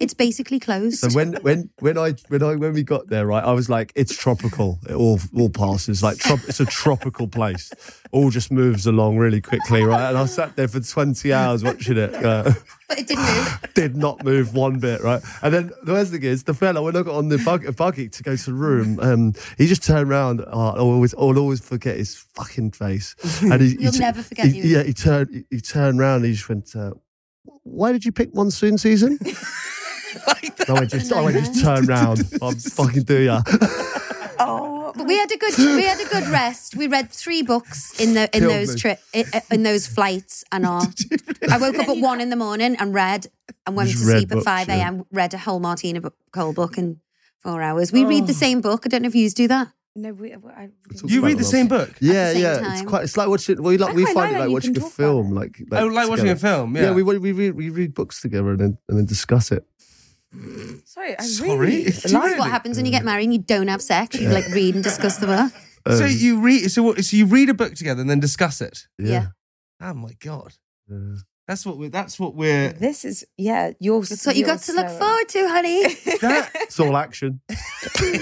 D: It's basically closed.
E: So when when when I when I when we got there, right, I was like, it's tropical. It all all passes. Like trop- it's a tropical place. All just moves along really quickly, right? And I sat there for twenty hours watching it. Uh,
D: but it didn't move.
E: did not move one bit, right? And then the worst thing is, the fella, when I got on the bug, uh, buggy to go to the room, um, he just turned around. Oh, I'll, always, I'll always forget his fucking face. And he, he
D: You'll
E: t-
D: never forget
E: he-
D: you.
E: Yeah, he turned, he, he turned around and he just went, uh, Why did you pick monsoon season? No, I just, oh, I just turn round. I'll fucking do ya.
C: Oh,
D: But we had a good we had a good rest. We read three books in the in
E: Killed
D: those
E: me.
D: trip in, in those flights and all. I woke up at one in the morning and read and went to
E: Just read
D: sleep at
E: books,
D: five
E: yeah.
D: a.m. Read a whole Martina book, Cole book in four hours. We read the
E: Oh.
D: same book. I don't know if you do that.
C: no, we, I,
E: all
B: You
E: about
B: read the
E: love.
B: same book.
E: Yeah,
D: same
E: yeah. It's
D: time.
E: quite. It's like watching. We like.
C: I
E: We
C: quite like
E: find it
C: that
E: like
C: you
E: watching
C: can
E: a
C: talk about
E: film.
C: it.
E: Like, like.
B: Oh, like watching a
E: together.
B: film.
E: Yeah,
B: Yeah.
E: we, we, we, read, we read books together and then, and then discuss it.
C: sorry, I
B: Sorry?
C: really.
B: Do you
D: That's
B: really?
D: what happens when you get married and you don't have sex. You like read and discuss the book.
B: so
E: Um,
B: you read. So, what- so you read a book together and then discuss it.
D: Yeah.
B: Oh my god,
E: Yeah.
B: that's what we're. That's what we're.
C: This is yeah. You're.
D: That's what you got to look forward to,
E: Oh,
D: honey.
B: That,
E: It's all action.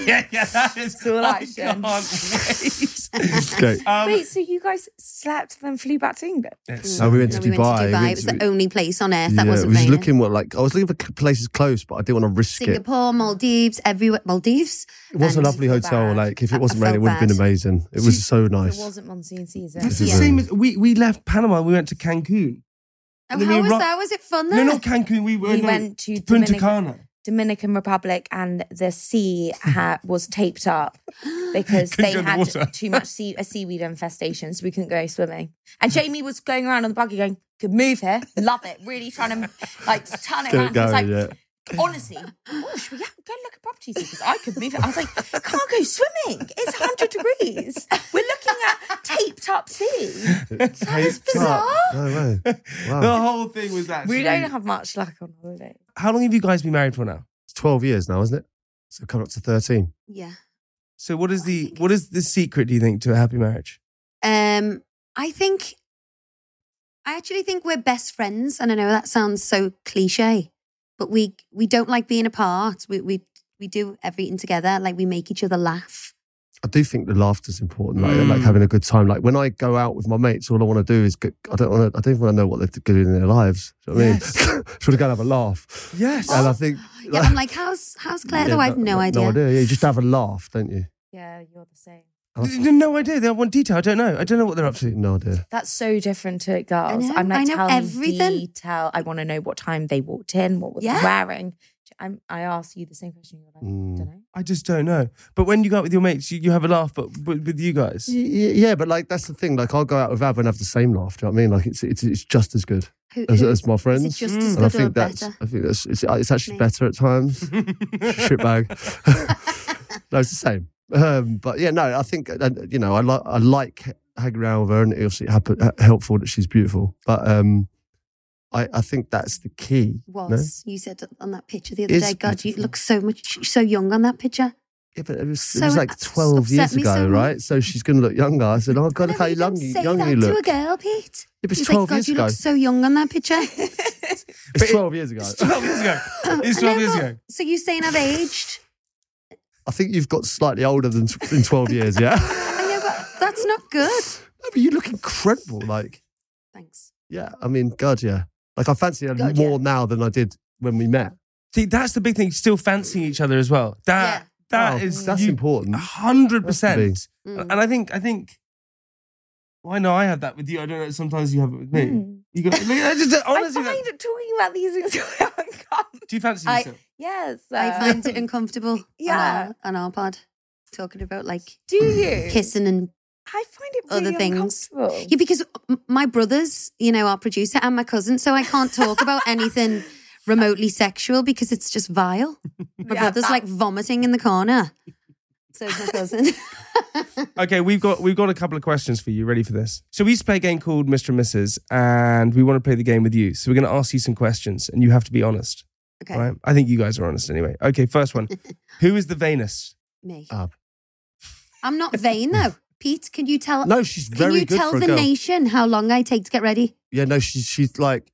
B: yeah, yeah, that is.
C: all
B: I can't
C: action.
B: wait.
E: Okay.
B: Um,
C: Wait, so you guys slept then flew back to England?
B: it's-
E: So we went to
D: No,
E: Dubai.
D: we went to
E: We
D: Dubai.
E: went
D: It was
E: to-
D: the only place on earth that
E: yeah, I
D: wasn't
E: was
D: raining.
E: looking what like I was looking for cl- places close, but I didn't want to risk it.
D: Singapore, Maldives, everywhere. Maldives.
E: It was a
D: and-
E: lovely
C: feel
E: hotel.
C: bad.
E: Like if
D: I-
E: it
D: I
E: wasn't raining, it
D: felt
E: would have been
D: bad.
E: amazing. It was so nice.
C: It wasn't monsoon season.
B: That's the
D: Yeah.
B: same as we we left Panama. We went to Cancun.
D: Oh,
B: And then
D: how
B: we
D: was
B: ru-
D: that? Was it fun
B: No,
D: there?
B: not Cancun. We, were,
C: We
B: no,
C: went to
B: Punta
C: Dominican-
B: Cana.
C: Dominican Republic and the sea ha- was taped up because
B: Couldn't
C: they
B: go in the
C: had
B: water.
C: too much sea- a seaweed infestation, so we couldn't go swimming. And Jamie was going around on the buggy going, "Could move here, love it, really trying to like turn it
E: Get
C: around."
E: it
C: He was
E: going,
C: like,
E: yeah.
C: honestly, oh, should we go go look at properties because I could move it. I was like, I can't go swimming. It's 100 degrees. We're looking at taped up sea.
E: Taped up. No way.
B: The
E: Wow.
B: whole thing was actually.
C: We don't have much luck on holiday.
B: How long have you guys been married for now?
E: It's twelve years now, isn't it? So coming up to thirteen.
D: yeah.
B: So what is the what is the secret? Do you think to a happy marriage?
D: Um, I think, I actually think we're best friends, and I know that sounds so cliche, but we we don't like being apart. We we we do everything together. Like we make each other laugh.
E: I do think the laughter's important, like,
B: Mm.
D: Hmm.
E: like having a good time. Like when I go out with my mates, all I want to do is get, I don't want to. I don't want to know what they're doing in their lives. Do you know what
B: Yes.
E: I mean, just want to go and have a laugh.
B: Yes.
E: and I think
D: Yeah, I'm like, how's how's Claire? though I have no, idea.
E: No idea. Yeah, you just have a laugh, don't you?
C: Yeah, you're the same.
E: I
B: N- No idea. They want detail. I don't know. I don't know what they're up to.
E: No idea.
C: That's so different to girls.
D: know,
C: I'm like,
D: I know
C: tell
D: everything.
C: me detail. I want to know what time they walked in, what were
D: Yeah.
C: they wearing. I'm, I ask you the same question. You're like,
E: Mm.
C: don't know.
B: I just don't know. But when you go out with your mates, you, you have a laugh. But with, with you guys,
E: Y- y- Yeah, but like that's the thing. Like I'll go out with Ab and have the same laugh. Do you know what I mean? Like it's it's, it's just as good
D: Who,
E: as,
D: who-
E: as my
D: is
E: friends.
D: it just
B: Mm.
D: as
E: and I
D: good or
E: think that's
D: better?
E: I think that's it's, it's actually
D: Me.
E: better at times. Shitbag. no, it's the same. Um, but yeah, no, I think uh, you know I like I like hanging around with her, and it's obviously happen- uh, helpful that she's beautiful. But um, I I think that's the key. no?
D: Was you said on that picture the other
E: It's
D: day? God, you
E: beautiful.
D: look so much so young on that picture.
E: Yeah, but it was, it
D: So
E: was
D: it
E: like
D: ups-
E: twelve years
D: upset me
E: ago,
D: so much.
E: right? So she's gonna look younger. I said, "Oh God, look
D: Whenever
E: how
D: you
E: young
D: don't
E: you,
D: say
E: young
D: that
E: you
D: to a
E: look."
D: girl, Pete.
E: Yeah, but it's
D: She's
E: twelve
D: like,
E: years
D: God, you
E: ago.
D: look so young on that picture.
E: It's twelve years ago.
B: it's twelve years ago. It's
D: I
B: twelve
D: know,
B: years
D: but-
B: ago.
D: So you saying I've aged?
E: I think you've got slightly older than tw- in twelve years. Yeah, no,
D: I know, but that's not good.
E: but you look incredible. Like,
D: Thanks.
E: yeah, I mean, God, yeah. Like I fancy her
D: God,
E: more now than I did when we met.
B: See, that's the big thing. Still fancying each other as well. That that
E: Oh,
B: is
E: that's
B: you-
E: important.
B: A hundred
E: Has to
B: percent.
D: be.
B: And I think I think. Why no? I have that with you. I don't know. Sometimes you have it with me.
C: Mm.
B: You got, look, I just honestly. Oh,
C: I
B: that-
C: find talking about these things so uncomfortable.
B: do you fancy
D: I-
B: yourself?
C: Yes.
D: I
C: uh,
D: find it uncomfortable.
C: Yeah.
D: On our, on our pod, talking about like
C: Do you?
D: kissing and
C: I find it
D: other
C: really
D: things.
C: uncomfortable.
D: yeah, because m- my brothers, you know, our producer and my cousin, so I can't talk about anything remotely sexual because it's just vile. My
C: Yeah,
D: brother's
C: that-
D: like vomiting in the corner. So is my cousin.
B: Okay, we've got we've got a couple of questions for you. Ready for this? So we used to play a game called Mr. and Mrs. and we want to play the game with you. So we're going to ask you some questions, and you have to be honest.
D: okay,
B: all Right? I think you guys are honest anyway. Okay, first one. Who is the vainest?
D: me.
E: Ab.
D: I'm not vain though. Pete, can you tell?
E: No, she's
D: can
E: very
D: you
E: good
D: tell
E: for a
D: the
E: girl.
D: nation how long I take to get ready?
E: Yeah, no, she's she's like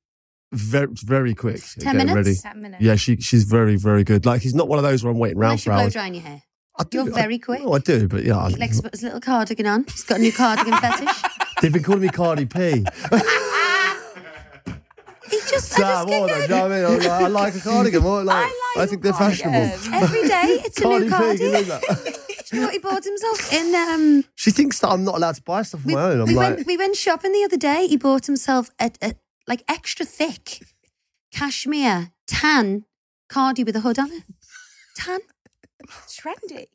E: very, very quick. at
D: 10
E: getting
D: minutes?
E: Ready.
C: Ten minutes.
E: Yeah, she she's very very good. Like he's not one of those where I'm waiting around
D: Unless
E: for
D: you blow
E: hours.
D: drying your hair.
E: I do-
D: You're very quick.
E: I, no, I do, but yeah, I,
D: He likes to put his little cardigan on. He's got a new cardigan fetish.
E: they've been calling me Cardi P.
D: He just, I
E: Sam,
D: just get
E: what,
D: going.
E: you know what I mean? I, was like, I like a cardigan. What, like, I,
C: like
E: think
C: your
E: they're
C: cardigan.
E: fashionable.
D: Every day, it's a
E: Cardi
D: new
E: P,
D: cardi.
E: you know that?
D: Do you know what he bought himself? In um,
E: She thinks that I'm not allowed to buy stuff on
D: we,
E: my own. I'm
D: we
E: like,
D: went we went shopping the other day. He bought himself a, a like extra thick cashmere tan cardi with a hood on it. Tan.
C: Trendy.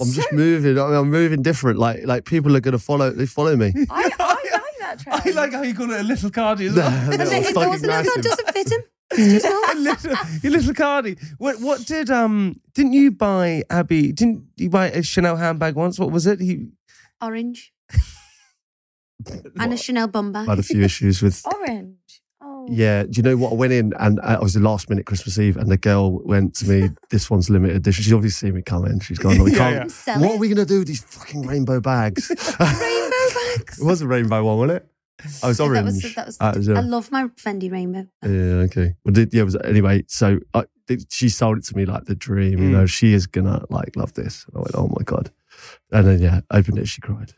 E: I'm just moving. I mean, I'm moving different. Like, like people are gonna follow. They follow me.
C: I, I like that trend.
B: I like how you call it a little cardi as well.
E: They're
D: And
E: all
D: it, it
E: fucking
D: doesn't, no, no, it
E: massive.
D: doesn't fit him. It's too small.
B: a little, your little cardi. What what did um didn't you buy Abby? Didn't you buy a Chanel handbag once? What was it? He
D: Orange and a Chanel bum
E: I had a
D: bag.
E: few issues with.
C: Orange. Oh.
E: Yeah, do you know what? I went in and uh, it was the last minute Christmas Eve, and the girl went to me. This one's limited edition. She's obviously seen me come in. She's gone. "Oh, We
B: Yeah,
E: can't.
D: Sell
E: What are
D: it.
E: we gonna do with these fucking rainbow bags? it
D: Rainbow bags.
E: was a rainbow one, wasn't it? I was
D: That
E: orange.
D: was, that was,
E: Uh, it was, uh,
D: I love my Fendi rainbow.
E: Yeah, okay. Well, did, yeah, it was, anyway, so I, th- she sold it to me like the dream, you know, she is gonna like love this. I went, oh my God. And then, yeah, opened it, she cried.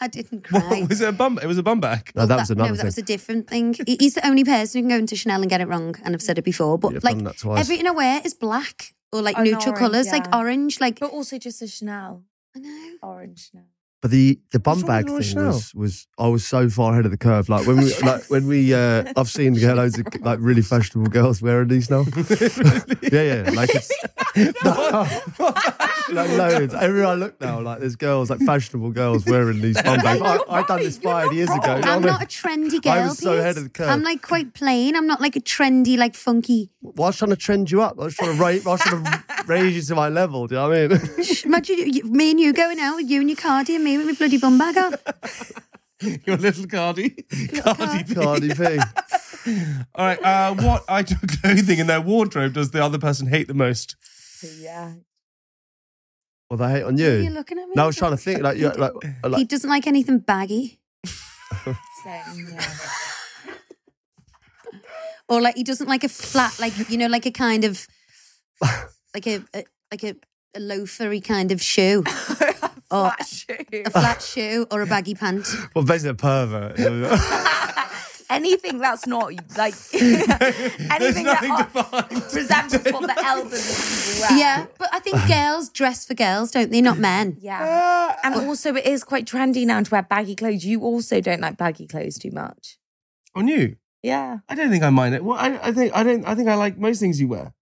D: I didn't cry.
B: what, was it a bum? It was a bum bag.
E: No, that was another
D: no, that
E: thing.
D: was a different thing. He- He's the only person who can go into Chanel and get it wrong, and I've said it before. But
E: Yeah, I've
D: like
E: done that twice.
D: everything I wear is black or like
C: Oh, An
D: neutral
C: orange,
D: colours, like
C: yeah. Oh.
D: orange. Like
C: But also just a Chanel.
D: I know.
C: Orange Chanel.
E: but the, the bum
B: What's wrong
E: bag
B: with Laura
E: thing
B: Chanel?
E: was, was, I was so far ahead of the curve. Like when we, like when we, uh, I've seen loads of like really fashionable girls wearing these now. yeah, yeah. Like it's, like loads. Everywhere I look now, like there's girls, like fashionable girls wearing these bum bags. I, I done this five years ago. you know
D: I'm
E: what I mean?
D: not a trendy girl.
E: I was so
D: Pete.
E: ahead of the curve.
D: I'm like quite plain. I'm not like a trendy, like funky.
E: Well, I was trying to trend you up. I was trying to, ra- I was trying to raise you to my level. Do you know what I mean?
D: Imagine you, you- me and you going out with you and your cardi and me with my bloody bum bag on.
B: Your little cardi. Cardi. B.
E: Cardi B.
B: All right. Uh, what item of clothing in their wardrobe does the other person hate the most?
C: Yeah.
E: Well, they hate on
D: You're
E: you.
D: looking at me.
E: No, I was trying to think. Like, you like,
D: He
E: like
D: doesn't like anything baggy,
C: Same. Yeah.
D: or like he doesn't like a flat, like you know, like a kind of like a, a like a, a loafery kind of shoe. Or-
C: Flat shoe.
D: a flat shoe or a baggy pant.
E: well, basically a pervert.
C: Anything that's not like
B: nothing
C: anything that
B: defined.
C: resembles what the elderly people wear.
D: Yeah, but I think girls dress for girls, don't they? Not men.
C: Yeah.
B: Uh,
C: And also, it is quite trendy now to wear baggy clothes. You also don't like baggy clothes too much.
B: On you.
C: Yeah.
B: I don't think I mind it. Well, I, I think I don't. I think I like most things you wear.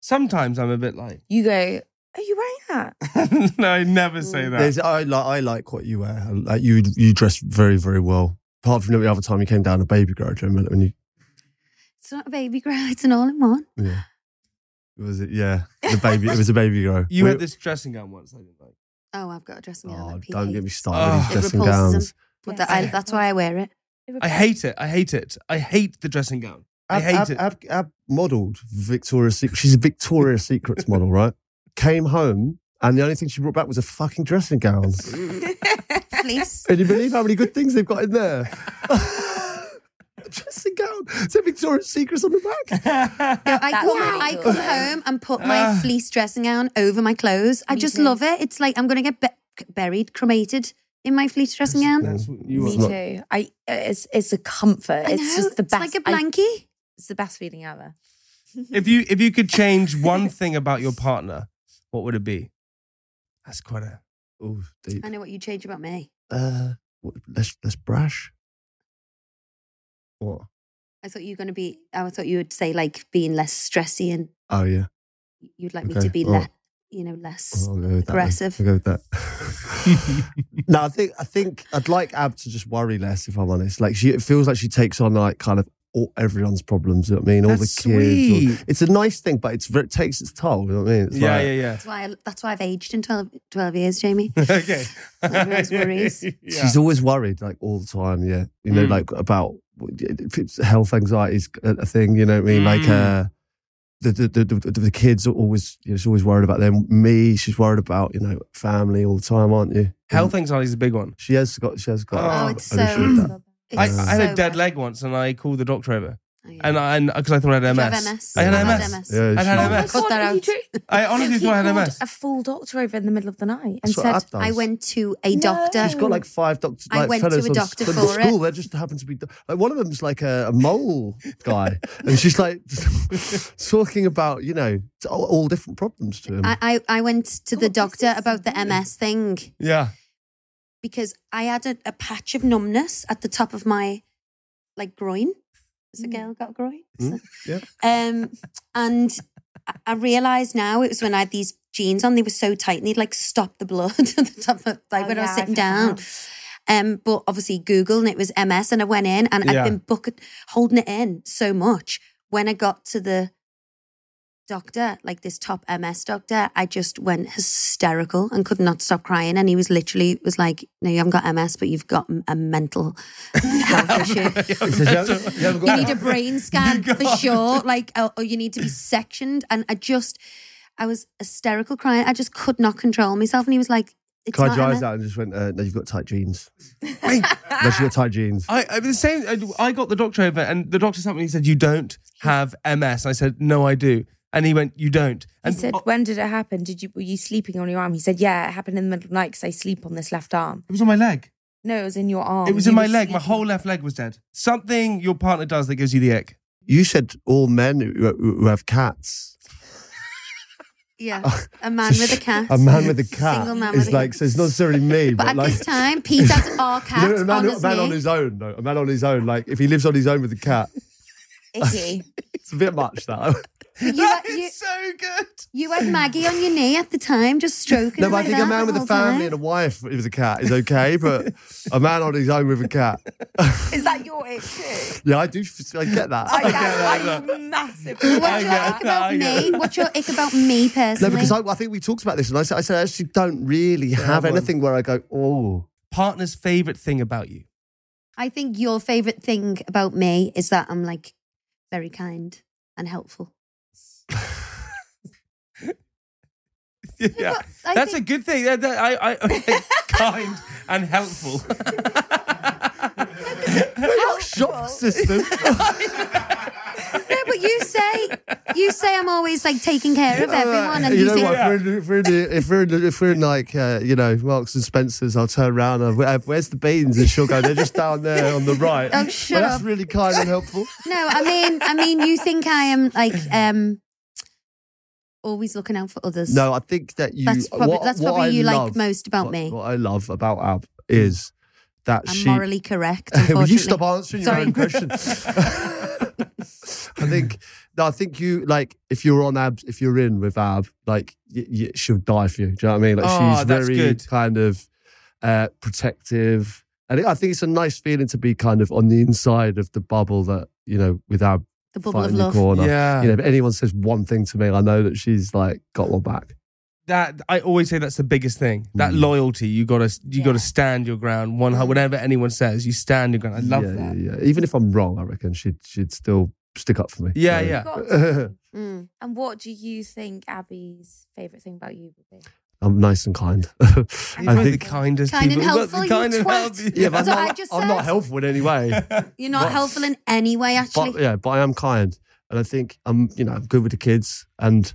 B: Sometimes I'm a bit like.
C: You go, are you wearing that?
B: no, I never say that.
E: Mm. There's, I like, I like what you wear. Like you, you dress very, very well. Apart from the other time you came down a baby girl, do you remember when you?
D: It's not a baby girl, it's an all in one.
E: Yeah. Was it? Yeah, the baby. It was a baby girl.
B: You
E: We-
B: had this dressing gown once. I didn't like.
D: Oh, I've got a dressing gown.
E: Oh,
D: like Pete.
E: don't get me started. with
B: Ugh.
E: these
D: It
E: dressing
D: repulses
E: gowns.
D: him. But that- I, that's why I wear it.
B: I hate it. I hate it. I hate the dressing gown. I
E: Ab,
B: hate
E: Ab,
B: it.
E: Ab, Ab modeled Victoria's Secret. She's a Victoria's Secrets model, right? Came home and the only thing she brought back was a fucking dressing gown.
D: Fleece.
E: Can you believe how many good things they've got in there? a dressing gown. Is it Victoria's Secrets on the back?
D: I
C: That's
D: come,
C: really
D: I
C: good.
D: come home and put my
B: Ah.
D: fleece dressing gown over my clothes. I
C: Me
D: just
C: too.
D: love it. It's like I'm going to get bu- buried, cremated in my fleece dressing gown.
B: That's what you
C: Me
B: are.
C: too. I it's it's a comfort.
D: I
C: It's
D: know,
C: just the best.
D: It's like a
C: I-
D: blankie.
C: it's the best feeling ever.
B: If you if you could change one thing about your partner, what would it be? That's quite a.
E: Oh, deep.
D: I, know what you change about me.
E: Uh, what, less, less brash. What?
D: I thought you were going to be, I thought you would say like being less stressy and
E: Oh, yeah.
D: you'd like me
E: Okay,
D: to be
E: all right.
D: less, you know, less.
E: I'll go with that. then.
D: Aggressive.
E: I'll go with that. no, I think I think I'd like Ab to just worry less. If I'm honest, like she, it feels like she takes on like kind of all, everyone's problems. You know what I mean, all
B: That's
E: the kids. all-
B: sweet.
E: it's a nice thing, but it's ver- it takes its toll. You know what I mean? It's
B: Yeah,
E: like-
B: yeah, yeah.
D: That's why, I, that's why I've aged in 12, 12 years, Jamie.
B: okay.
D: Everyone's worries.
B: Yeah.
E: She's always worried, like all the time. Yeah, you know,
B: Mm.
E: like about if it's health anxiety is a a thing. You know what I mean? Like
B: Mm.
E: uh, the, the the the the kids are always. You know, she's always worried about them. Me, she's worried about you know family all the time, aren't you?
B: Health anxiety is a big one.
E: She has got. She has got.
B: Oh,
E: an
D: it's
E: issue
D: so-
E: with that.
B: I,
D: It's
B: I had
D: so
B: a dead
D: bad.
B: leg once, and I called the doctor over,
D: Oh, yeah.
B: and I because I thought I had
D: Do
B: MS.
D: you have MS.
B: I had
D: Yeah.
B: MS.
E: Yeah,
B: I
E: she-
B: had
C: Oh my
B: MS.
D: Cut
C: God,
D: that
C: are you
D: out.
C: joking?
B: I honestly
C: He
B: thought I had
C: called
B: MS.
C: a full doctor over in the middle of the night and
E: That's what
C: said,
E: I've done.
D: I went to a
C: No.
D: doctor.
E: She's got like five doctors.
D: I
E: Like
D: went to
E: fellas
D: a
E: on-
D: doctor
E: from
D: for
E: the school.
D: it.
E: There just happens to be like one of them's like a, a mole guy, and she's like talking about you know all, all different problems to him.
D: I, I, I went to the doctor about the MS thing
B: Yeah.
D: because I had a, a patch of numbness at the top of my like groin. Has a girl got a groin?
B: Hmm?
E: Mm, yeah.
D: Um, and I, I realized now it was when I had these jeans on, they were so tight and they'd like stop the blood at the top of like
C: Oh,
D: when
C: yeah,
D: I was
C: I
D: sitting
C: think I
D: down. Um, but obviously Google and it was MS and I went in and
B: Yeah.
D: I'd been bucket holding it in so much. When I got to the doctor, like this top MS doctor, I just went hysterical and could not stop crying. And he was literally was like, "No, you haven't got MS, but you've got a mental health issue."
E: He says, "You haven't- you haven't
D: you
E: got
D: need a
E: that."
D: brain scan
B: You
D: for
B: can't.
D: sure. Like, or, or you need to be sectioned. And I just, I was hysterical crying. I just could not control myself. And he was like, it's
E: Cried
D: not
E: your eyes
D: MS.
E: out and just went, uh, "No, you've got tight jeans." no, she's got tight jeans.
B: I, I the same. uh, I, I got the doctor over, and the doctor something. He said, "You don't have MS." I said, "No, I do." And he went, "You don't."
C: He
B: And
C: said,
B: oh,
C: when did it happen? Did you were you sleeping on your arm? He said, yeah, it happened in the middle of the night because I sleep on this left arm.
B: "It was on my leg.
C: No, it was in your
D: Oh,
C: arm.
B: it was
C: You
B: in my
C: were
B: leg. My
C: sleeping.
B: whole left leg was dead." Something your partner does that gives you the ick.
E: You said all men who, who have cats.
D: Yeah, a man with a cat.
E: A man with a cat
D: Single man
E: is
D: with a
E: like
D: cat.
E: so. It's not necessarily me,
D: But
E: but,
D: at
E: like.
D: this time, Pete has our
E: you
D: cat
E: know, a man,
D: on
E: a
D: his
E: man on
D: knee.
E: his own, though. A man on his own, like if he lives on his own with a cat,
C: Icky.
E: it's a bit much. That
D: You had,
B: It's
D: you,
B: so good.
D: you had Maggie on your knee at the time, just stroking.
E: no,
D: her
E: but I
D: like
E: think a
D: that
E: man
D: the
E: with a
D: whole
E: family and
D: time.
E: a wife with a cat is okay, but a man on his own with a cat,
C: Is that your issue?
E: yeah, I do. I get that.
C: I,
B: get that,
C: I, massive.
D: What's
B: I
D: your
B: get
D: ick about
B: I get
D: me? What's your ick about me
E: No,
D: personally?
E: because I, I think we talked about this, and I said, I said I actually don't really have
B: well-
E: anything where I go, oh,
B: Partner's favorite thing about you.
D: I think your favorite thing about me is that I'm like very kind and helpful.
B: yeah,
D: but I
B: that's
D: think-
B: a good thing. That, that- I, I, kind and helpful.
D: Oh,
E: shock system.
D: No, but you say you say I'm always like taking care of everyone, and you,
E: you know
D: think
E: what? If we're, in, if, we're in, if, we're in, if we're in like uh, you know Marks and Spencers, I'll turn around and I'll, where's the beans? And she'll go, they're just down there on the right.
D: Oh, shut
E: Well, that's
D: up.
E: really kind and helpful.
D: no, I mean, I mean, you think I am like um always looking out for others.
E: No, I think that you.
D: That's probably-
E: what,
D: that's
E: what
D: probably
E: I
D: you like
E: love-
D: most about
E: what-
D: me.
E: What I love about Ab is that
D: I'm
E: she.
D: morally correct.
E: Will you
D: unfortunately.
E: stop answering your
D: Sorry.
E: own question? I think no, I think you like if you're on abs, if you're in with Ab, like y- y- she'll die for you. Do you know what I mean? Like
B: Oh,
E: she's
B: that's
E: very
B: good.
E: kind of uh, protective, and I think it's a nice feeling to be kind of on the inside of the bubble that you know with Ab
D: the bubble of
E: fighting the
D: love?
E: corner.
B: Yeah.
E: You know, if anyone says one thing to me, I know that she's like got one back.
B: that I always say that's the biggest thing. That
E: Mm.
B: loyalty, you gotta you
C: Yeah.
B: gotta stand your ground. One
D: Mm.
B: hu- whatever anyone says, you stand your ground. I love
E: yeah,
B: that.
E: Yeah, yeah. Even if I'm wrong, I reckon she'd she'd still stick up for me.
B: Yeah,
E: So-
B: yeah.
D: Mm.
C: and what do you think Abby's favourite thing about you would be?
E: I'm nice and kind.
B: You're
E: I
B: the
E: think.
B: kindest
D: Kind and
B: people.
D: helpful,
B: Well,
D: you
B: kind and
D: twat.
B: healthy.
E: Yeah, but I'm
D: That's what
E: not,
D: I just
E: I'm not
D: said.
E: helpful in any way.
D: You're not
E: But-
D: helpful in any way, actually.
E: but yeah, but I am kind, and I think I'm you know I'm good with the kids, and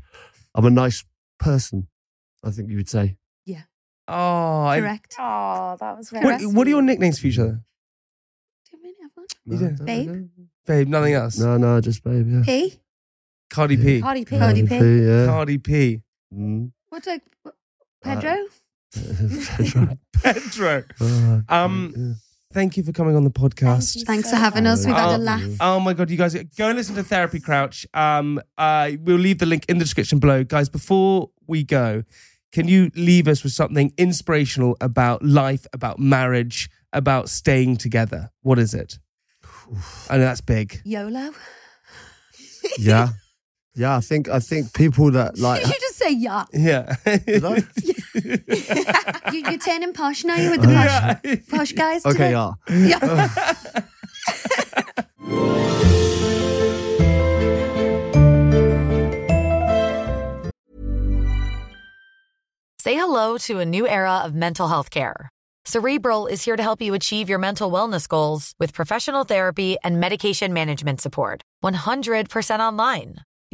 E: I'm a nice person. I think you would say.
B: Oh, I,
D: correct.
C: Oh, that was very
B: what, what are your nicknames for each other,
D: Do you really have one?
B: You
E: No,
B: don't-
E: no,
D: Babe?
B: babe? Nothing else.
E: No, no, just babe. Yeah.
D: P.
B: Cardi P.
C: Cardi P.
D: Cardi P.
E: Yeah.
B: Cardi P.
E: Mm.
D: What's like Pedro?
E: Pedro.
B: Pedro.
E: Oh,
B: Um,
E: yeah.
B: Thank you for coming on the podcast.
D: Thanks for having us. We've had a
B: Oh.
D: laugh.
B: Oh my god, you guys go and listen to Therapy Crouch. Um, uh, we'll leave the link in the description below, guys. Before we go, can you leave us with something inspirational about life, about marriage, about staying together? What is it? I know that's big.
D: YOLO.
E: Yeah. Yeah, I think I think people that like
D: Did you just say yeah?
B: Yeah.
E: I?
D: you, you're turning posh now. You with the
E: Oh,
D: posh,
B: yeah.
D: posh guys.
E: okay,
D: today.
E: yeah.
D: yeah.
A: Say hello to a new era of mental health care. Cerebral is here to help you achieve your mental wellness goals with professional therapy and medication management support. 100% online.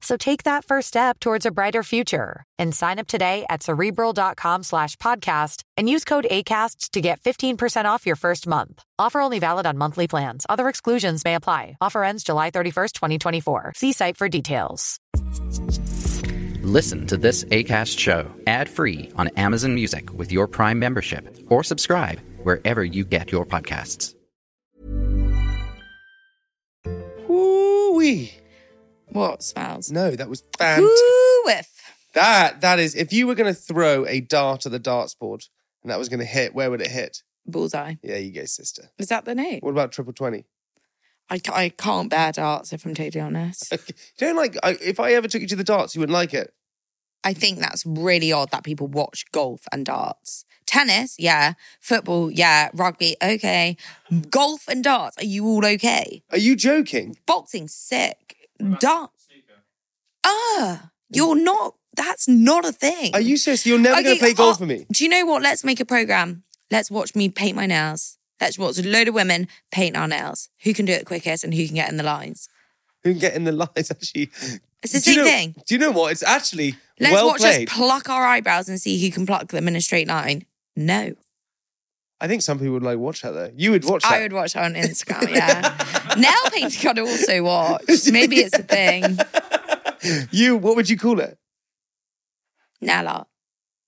A: So take that first step towards a brighter future and sign up today at cerebral.com slash podcast and use code ACAST to get 15% off your first month. Offer only valid on monthly plans. Other exclusions may apply. Offer ends July 31st, 2024. See site for details.
F: Listen to this ACAST show ad free on Amazon Music with your Prime membership or subscribe wherever you get your podcasts.
B: Woo-wee.
C: What smells?
B: No, that was fantastic.
C: Ooh, whiff.
B: That that is if you were going to throw a dart at the darts board and that was going to hit, where would it hit?
C: Bullseye.
B: Yeah, you go, sister.
C: Is that the name?
B: What about triple twenty?
C: I, ca- I can't bear darts, if I'm totally honest.
B: You don't like I, if I ever took you to the darts, you wouldn't like it.
C: I think that's really odd that people watch golf and darts. Tennis, yeah. Football, yeah. Rugby, okay. Golf and darts, are you all okay?
B: Are you joking?
C: Boxing, sick. Dart. Ah, you're not. That's not a thing.
B: Are you serious? You're never going to play golf
C: uh,
B: for me.
C: Do you know what? Let's make a program. Let's watch me paint my nails. Let's watch a load of women paint our nails. Who can do it quickest and who can get in the lines?
B: Who can get in the lines? Actually,
C: It's the
B: Do you
C: same
B: know-
C: thing.
B: Do you know what? It's actually
C: Let's
B: well
C: watch
B: played.
C: us pluck our eyebrows and see who can pluck them in a straight line. No.
B: I think some people would like watch that though. You would watch that.
C: I would watch it on Instagram, yeah. Nail painting I'd also watch. Maybe it's a thing.
B: You, what would you call it?
C: Nail art.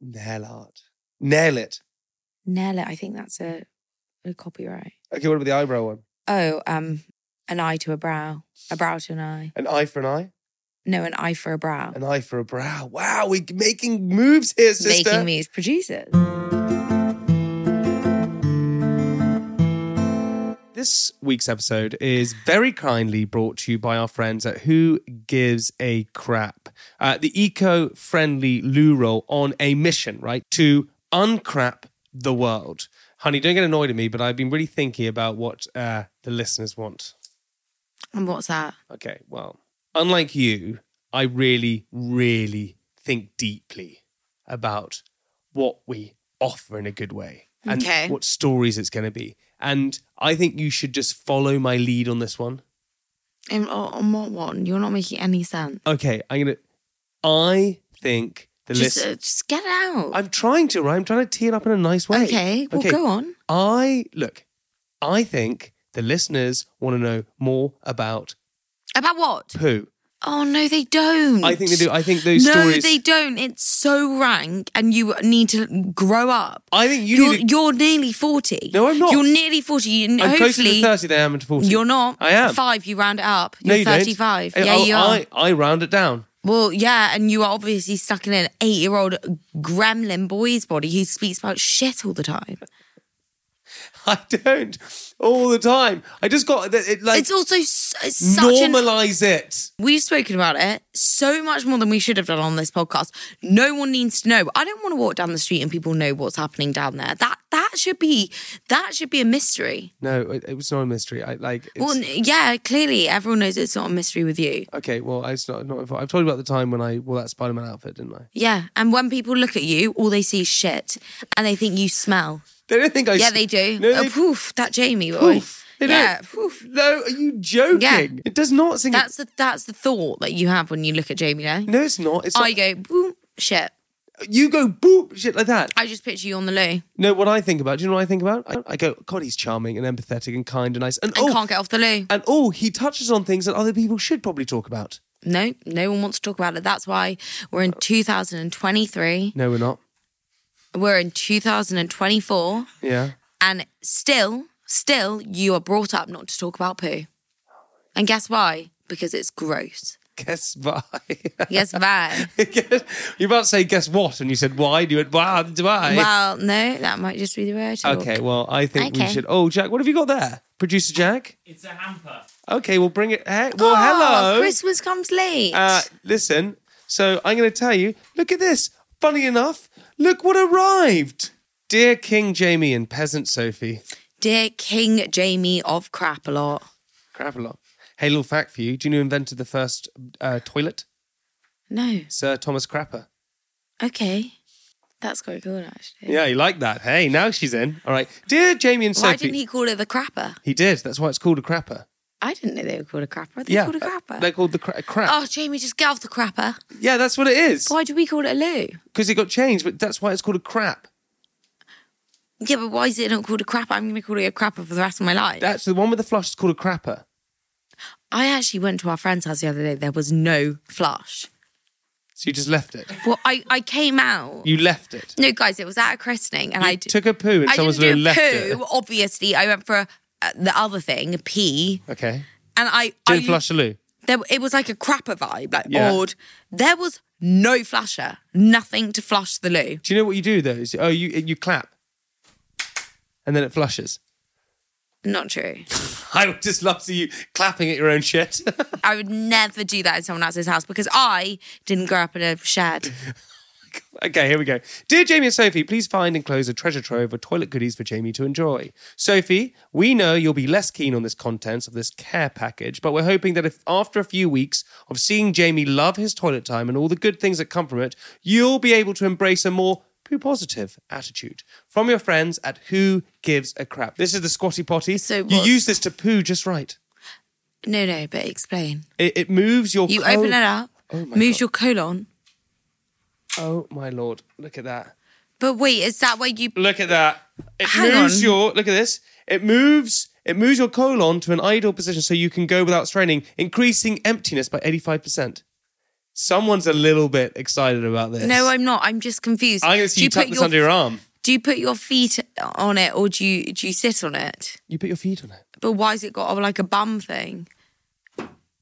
B: Nail art. Nail it.
C: Nail it. I think that's a, a copyright.
B: Okay, what about the eyebrow one?
C: Oh, um, an eye to a brow. A brow to an eye.
B: An eye for an eye,
C: No, an eye for a brow.
B: an eye for a brow. Wow, we're making moves here, sister.
C: Making me as producers.
B: This week's episode is very kindly brought to you by our friends at Who Gives a Crap, uh, the eco friendly loo roll on a mission, right? To uncrap the world. Honey, don't get annoyed at me, but I've been really thinking about what uh, the listeners want.
C: And what's that?
B: Okay, well, unlike you, I really, really think deeply about what we offer in a good way and
C: Okay.
B: what stories it's going to be. And I think you should just follow my lead on this one.
C: And on on what one? You're not making any sense.
B: Okay, I'm going to. I think the
C: Just,
B: list.
C: uh, just get it out.
B: I'm trying to, right? I'm trying to tee it up in a nice way.
C: okay, well, go on.
B: I, look, I think the listeners want to know more about
C: About what?
B: poo.
C: Oh, no, they don't.
B: I think they do. I think those
C: no,
B: stories.
C: they don't. It's so rank, and you need to grow up.
B: I think you
C: You are
B: need to-
C: you're nearly forty.
B: No, I'm not.
C: You're nearly forty. You,
B: I'm closer
C: hopefully,
B: to 30 than I am to 40.
C: you're not.
B: I am.
C: five. You round it up.
B: No,
C: You're
B: you don't.
C: thirty-five.
B: I-
C: yeah,
B: I,
C: you are.
B: I, I round it down.
C: Well, yeah, and you are obviously stuck in an eight-year-old gremlin boy's body who speaks about shit all the time.
B: I don't all the time. I just got that. It, like
C: It's also s- it's such an
B: normalize it.
C: We've spoken about it so much more than we should have done on this podcast. No one needs to know. I don't want to walk down the street and people know what's happening down there. That that should be that should be a mystery.
B: No, it, it was not a mystery. I like. It's,
C: well, n- yeah, clearly everyone knows it's not a mystery with you.
B: okay, well, it's not. not I've told you about the time when I wore that Spider Man outfit, didn't I?
C: Yeah, and when people look at you, all they see is shit, and they think you smell.
B: They don't think I.
C: Yeah,
B: s-
C: they do.
B: No,
C: oh,
B: they,
C: poof, that Jamie boy.
B: poof. They
C: yeah,
B: don't.
C: poof.
B: No, are you joking?
C: Yeah.
B: It does not sing.
C: That's the that's the thought that you have when you look at Jamie. Now
B: no, it's not. It's
C: I
B: not.
C: go boom shit.
B: You go boop shit like that.
C: I just picture you on the loo
B: No, what I think about. Do you know what I think about? I, I go, God, he's charming and empathetic and kind and nice. And,
C: and
B: oh,
C: can't get off the loo.
B: and oh, he touches on things that other people should probably talk about.
C: No, no one wants to talk about it. That's why we're in 2023.
B: No, we're not.
C: We're in 2024.
B: Yeah.
C: And still, still, you are brought up not to talk about poo. And guess why? Because it's gross.
B: guess why?
C: Yes, bye.
B: you about to say guess what, and you said why, and you went why, why.
C: Well, no, that might just be the way I talk.
B: Okay, well, I think we
C: Okay.
B: should. Oh, Jack, what have you got there? Producer Jack?
G: It's a hamper.
B: Okay, we'll bring it. Hey, well,
C: Oh,
B: hello.
C: Christmas comes late.
B: Uh, listen, so I'm going to tell you look at this. Funny enough, look what arrived. Dear King Jamie and Peasant Sophie.
C: Dear King Jamie of Crap a lot.
B: Crap a lot. Hey, little fact for you. Do you know who invented the first uh, toilet?
C: No.
B: Sir uh, Thomas Crapper.
C: Okay. That's quite cool, actually.
B: Yeah, you like that. Hey, now she's in. All right. Dear Jamie and
C: Why
B: Sophie.
C: didn't he call it the crapper?
B: He did. That's why it's called a crapper.
C: I didn't know they were called a crapper. Are they
B: yeah.
C: called a crapper?
B: They're called the cra- crap.
C: Oh, Jamie, just get off the crapper.
B: Yeah, that's what it is.
C: Why do we call it a loo?
B: Because it got changed, but that's why it's called a crap.
C: Yeah, but why is it not called a crapper? I'm going to call it a crapper for the rest of my life.
B: That's the one with the flush is called a crapper.
C: I actually went to our friend's house the other day. There was no flush.
B: So you just left it.
C: Well, I, I came out.
B: You left it.
C: No, guys, it was at a christening, and I
B: You
C: d-
B: took a poo and
C: I
B: someone's
C: didn't do a
B: left
C: poo.
B: it.
C: Obviously, I went for a, uh, the other thing, a pee,
B: Okay.
C: and I
B: Didn't
C: I,
B: flush the loo.
C: There, it was like a crapper vibe, like
B: Yeah.
C: odd. There was no flusher, nothing to flush the loo.
B: Do you know what you do though? Is, oh, you you clap, and then it flushes.
C: Not true.
B: I would just love to see you clapping at your own shit.
C: I would never do that in someone else's house because I didn't grow up in a shed.
B: okay, here we go. Dear Jamie and Sophie, please find and close a treasure trove of toilet goodies for Jamie to enjoy. Sophie, we know you'll be less keen on this contents of this care package, but we're hoping that if after a few weeks of seeing Jamie love his toilet time and all the good things that come from it, you'll be able to embrace a more poo positive attitude from your friends at Who Gives a Crap. This is the squatty potty.
C: So
B: you
C: what's-
B: use this to poo just right.
C: No, no, but explain.
B: It, it moves your.
C: You
B: col-
C: open it up,
B: Oh my
C: moves
B: God.
C: your colon.
B: Oh my lord! Look at that.
C: But wait, is that where you?
B: Look at that. It
C: Hang
B: moves
C: on.
B: your look at this. It moves it moves your colon to an ideal position so you can go without straining, increasing emptiness by 85%. Someone's a little bit excited about this.
C: No, I'm not. I'm just confused.
B: I'm gonna see
C: Do
B: you, tuck
C: put
B: this under your arm.
C: Do you put your feet on it or do you do you sit on it?
B: You put your feet on it.
C: But why has it got oh, like a bum thing?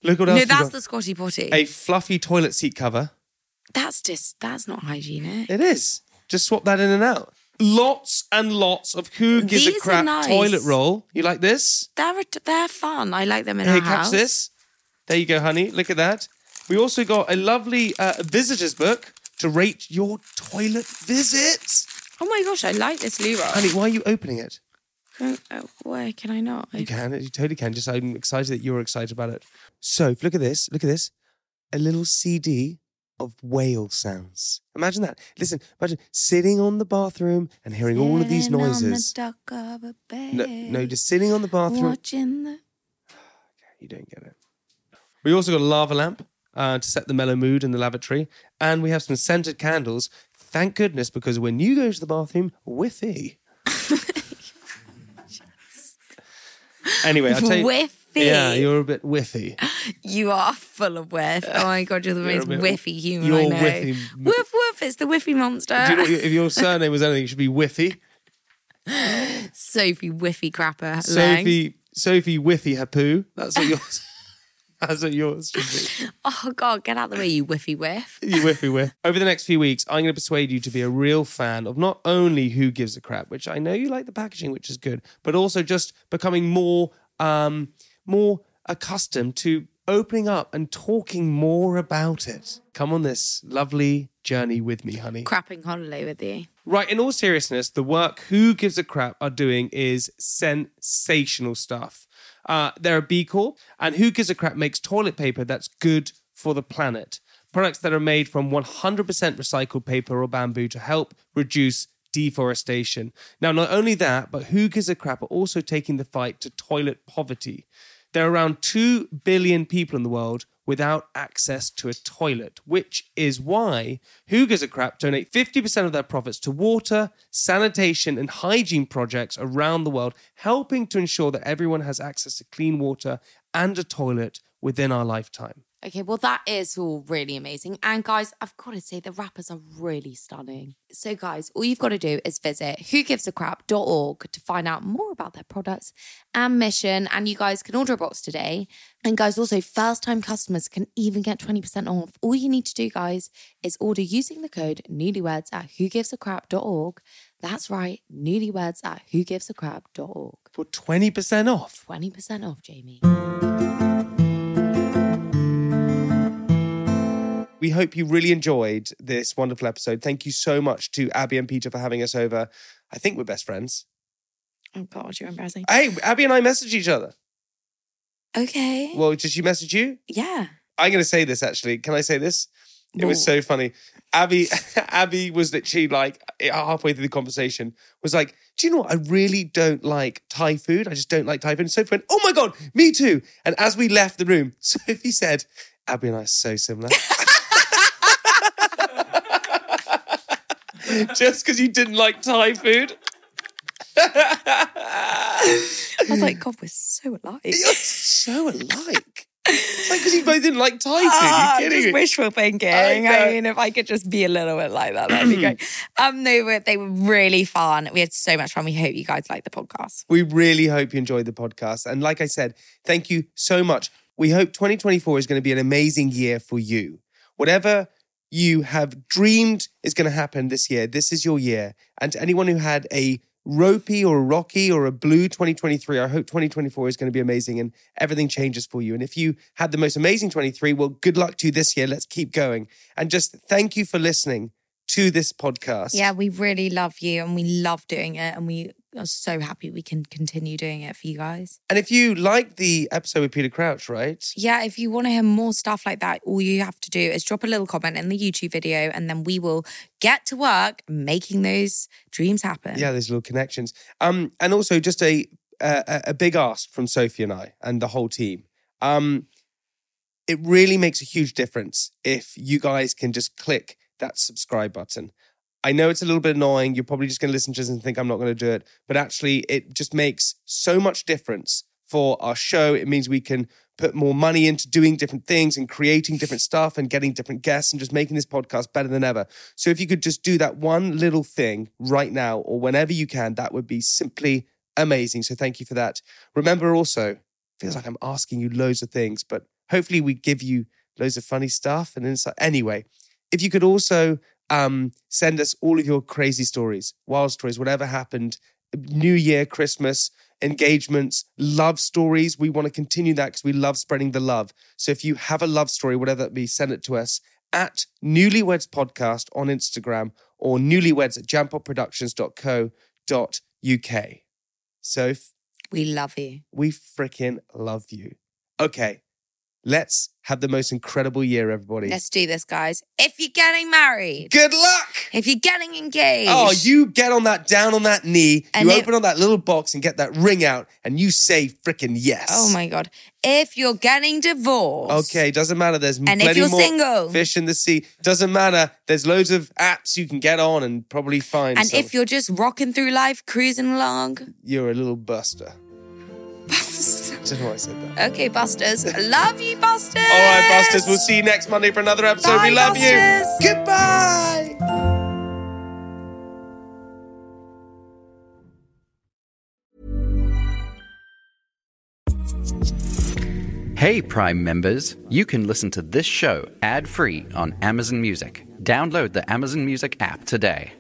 B: Look what else.
C: No,
B: we
C: that's
B: got.
C: the squatty potty.
B: a fluffy toilet seat cover.
C: That's just that's not hygienic.
B: It is. Just swap that in and out. Lots and lots of who gives a
C: These are
B: crap
C: nice.
B: toilet roll. You like this?
C: They're they're fun. I like them in
B: Hey,
C: our
B: catch
C: house.
B: this. There you go, honey. Look at that. We also got a lovely uh, visitors book to rate your toilet visits.
C: Oh my gosh, I like this loo roll.
B: Honey, why are you opening it?
C: Can- uh, Why can I not?
B: You can. You totally can. Just I'm excited that you're excited about it. So look at this. Look at this. A little CD of whale sounds. Imagine that. Listen. Imagine sitting on the bathroom and hearing all of these
C: Sitting on the
B: noises.
C: dock of a
B: No, no,
C: bay,
B: just sitting on the bathroom.
C: watching the-
B: You don't get it. We also got a lava lamp uh, to set the mellow mood in the lavatory, and we have some scented candles. Thank goodness, because when you go to the bathroom, whiffy. anyway, I'll tell you.
C: Whiffy.
B: Yeah, you're a bit whiffy.
C: You are full of whiff. Oh my god, you're the
B: You're a
C: most
B: bit-
C: whiffy human I
B: you're
C: know.
B: whiffy.
C: Whiff whiff, it's the whiffy monster.
B: Do you know, if your surname was anything, it should be Whiffy.
C: Sophie whiffy crapper. Lang.
B: Sophie, Sophie Whiffy Hapoo. That's what yours. that's what yours should be.
C: Oh god, get out the way, you whiffy whiff.
B: you whiffy whiff. Over the next few weeks, I'm going to persuade you to be a real fan of not only Who Gives a Crap, which I know you like the packaging, which is good, but also just becoming more, um, more accustomed to opening up and talking more about it. Come on this lovely journey with me, honey.
C: Crapping holiday with you.
B: Right, in all seriousness, the work Who Gives a Crap are doing is sensational stuff. Uh, they're a B Corp, and Who Gives a Crap makes toilet paper that's good for the planet. Products that are made from 100% recycled paper or bamboo to help reduce deforestation. Now, not only that, but Who Gives a Crap are also taking the fight to toilet poverty. There are around 2 billion people in the world without access to a toilet, which is why Who Gives a Crap donate 50% of their profits to water, sanitation, and hygiene projects around the world, helping to ensure that everyone has access to clean water and a toilet within our lifetime.
C: Okay, well, that is all really amazing. And guys, I've got to say, the rappers are really stunning. So, guys, all you've got to do is visit whogivesacrap.org to find out more about their products and mission. And you guys can order a box today. And, guys, also, first time customers can even get 20% off. All you need to do, guys, is order using the code newlyweds at whogivesacrap.org. That's right, newlyweds at whogivesacrap.org.
B: For 20% off.
C: 20% off, Jamie.
B: We hope you really enjoyed this wonderful episode. Thank you so much to Abby and Peter for having us over. I think we're best friends.
C: Oh, God, you're embarrassing.
B: Hey, Abby and I message each other.
C: Okay.
B: Well, did she message you?
C: yeah.
B: I'm going to say this actually. Can I say this? It was
C: Well,
B: so funny. Abby, Abby was literally like eh, halfway through the conversation was like, "Do you know what? I really don't like Thai food. I just don't like Thai food." And Sophie went, "Oh my god, me too!" And as we left the room, Sophie said, "Abby and I are so similar." just because you didn't like Thai food.
C: I was like, God, we're so alike.
B: You're so alike. It's like because you both didn't like Thai food. you
C: Ah, I'm
B: kidding
C: just
B: me?
C: wishful thinking.
B: I
C: I,
B: know.
C: mean, if I could just be a little bit like that, that'd be great. Um, they were they were really fun. We had so much fun. We hope you guys like the podcast.
B: We really hope you enjoyed the podcast. And like I said, thank you so much. We hope 2024 is going to be an amazing year for you. Whatever you have dreamed is going to happen this year, this is your year. And to anyone who had a ropey or a rocky or a blue 2023, I hope 2024 is going to be amazing and everything changes for you. And if you had the most amazing 23, well, good luck to you this year. Let's keep going. And just thank you for listening to this podcast.
C: Yeah, we really love you and we love doing it, and we are so happy we can continue doing it for you guys.
B: And if you liked the episode with Peter Crouch, right?
C: Yeah, if you want to hear more stuff like that, all you have to do is drop a little comment in the YouTube video, and then we will get to work making those dreams happen.
B: Yeah, there's little connections. Um, and also just a a, a- a big ask from Sophie and I and the whole team. Um, it really makes a huge difference if you guys can just click that subscribe button. I know it's a little bit annoying. You're probably just going to listen to this and think I'm not going to do it, but actually, it just makes so much difference for our show. It means we can put more money into doing different things and creating different stuff and getting different guests and just making this podcast better than ever. So, if you could just do that one little thing right now or whenever you can, that would be simply amazing. So, thank you for that. Remember also, feels like I'm asking you loads of things, but hopefully we give you loads of funny stuff and insight. Anyway, if you could also um, send us all of your crazy stories, wild stories, whatever happened, New Year, Christmas, engagements, love stories. We want to continue that because we love spreading the love. So if you have a love story, whatever that be, send it to us at Newlyweds Podcast on Instagram or newlyweds at jampopproductions.co.uk. So
C: We love you.
B: we freaking love you. Okay, let's have the most incredible year, everybody.
C: Let's do this, guys. If you're getting married,
B: Good luck.
C: if you're getting engaged,
B: Oh, you get on that down on that knee,
C: And
B: you
C: it-
B: open on that little box and get that ring out, and you say freaking yes.
C: Oh my god. If you're getting divorced.
B: Okay, doesn't matter. There's
C: And if
B: plenty
C: you're
B: more
C: single.
B: fish in the sea. Doesn't matter. There's loads of apps you can get on and probably find.
C: And
B: some.
C: if you're just rocking through life, cruising along.
B: you're a little buster, I don't know why I said that.
C: okay, Busters. Love you, Busters.
B: All right, busters. We'll see you next Monday for another episode.
C: Bye,
B: we love
C: busters.
B: you. Goodbye.
F: Hey, Prime members, you can listen to this show ad free on Amazon Music. Download the Amazon Music app today.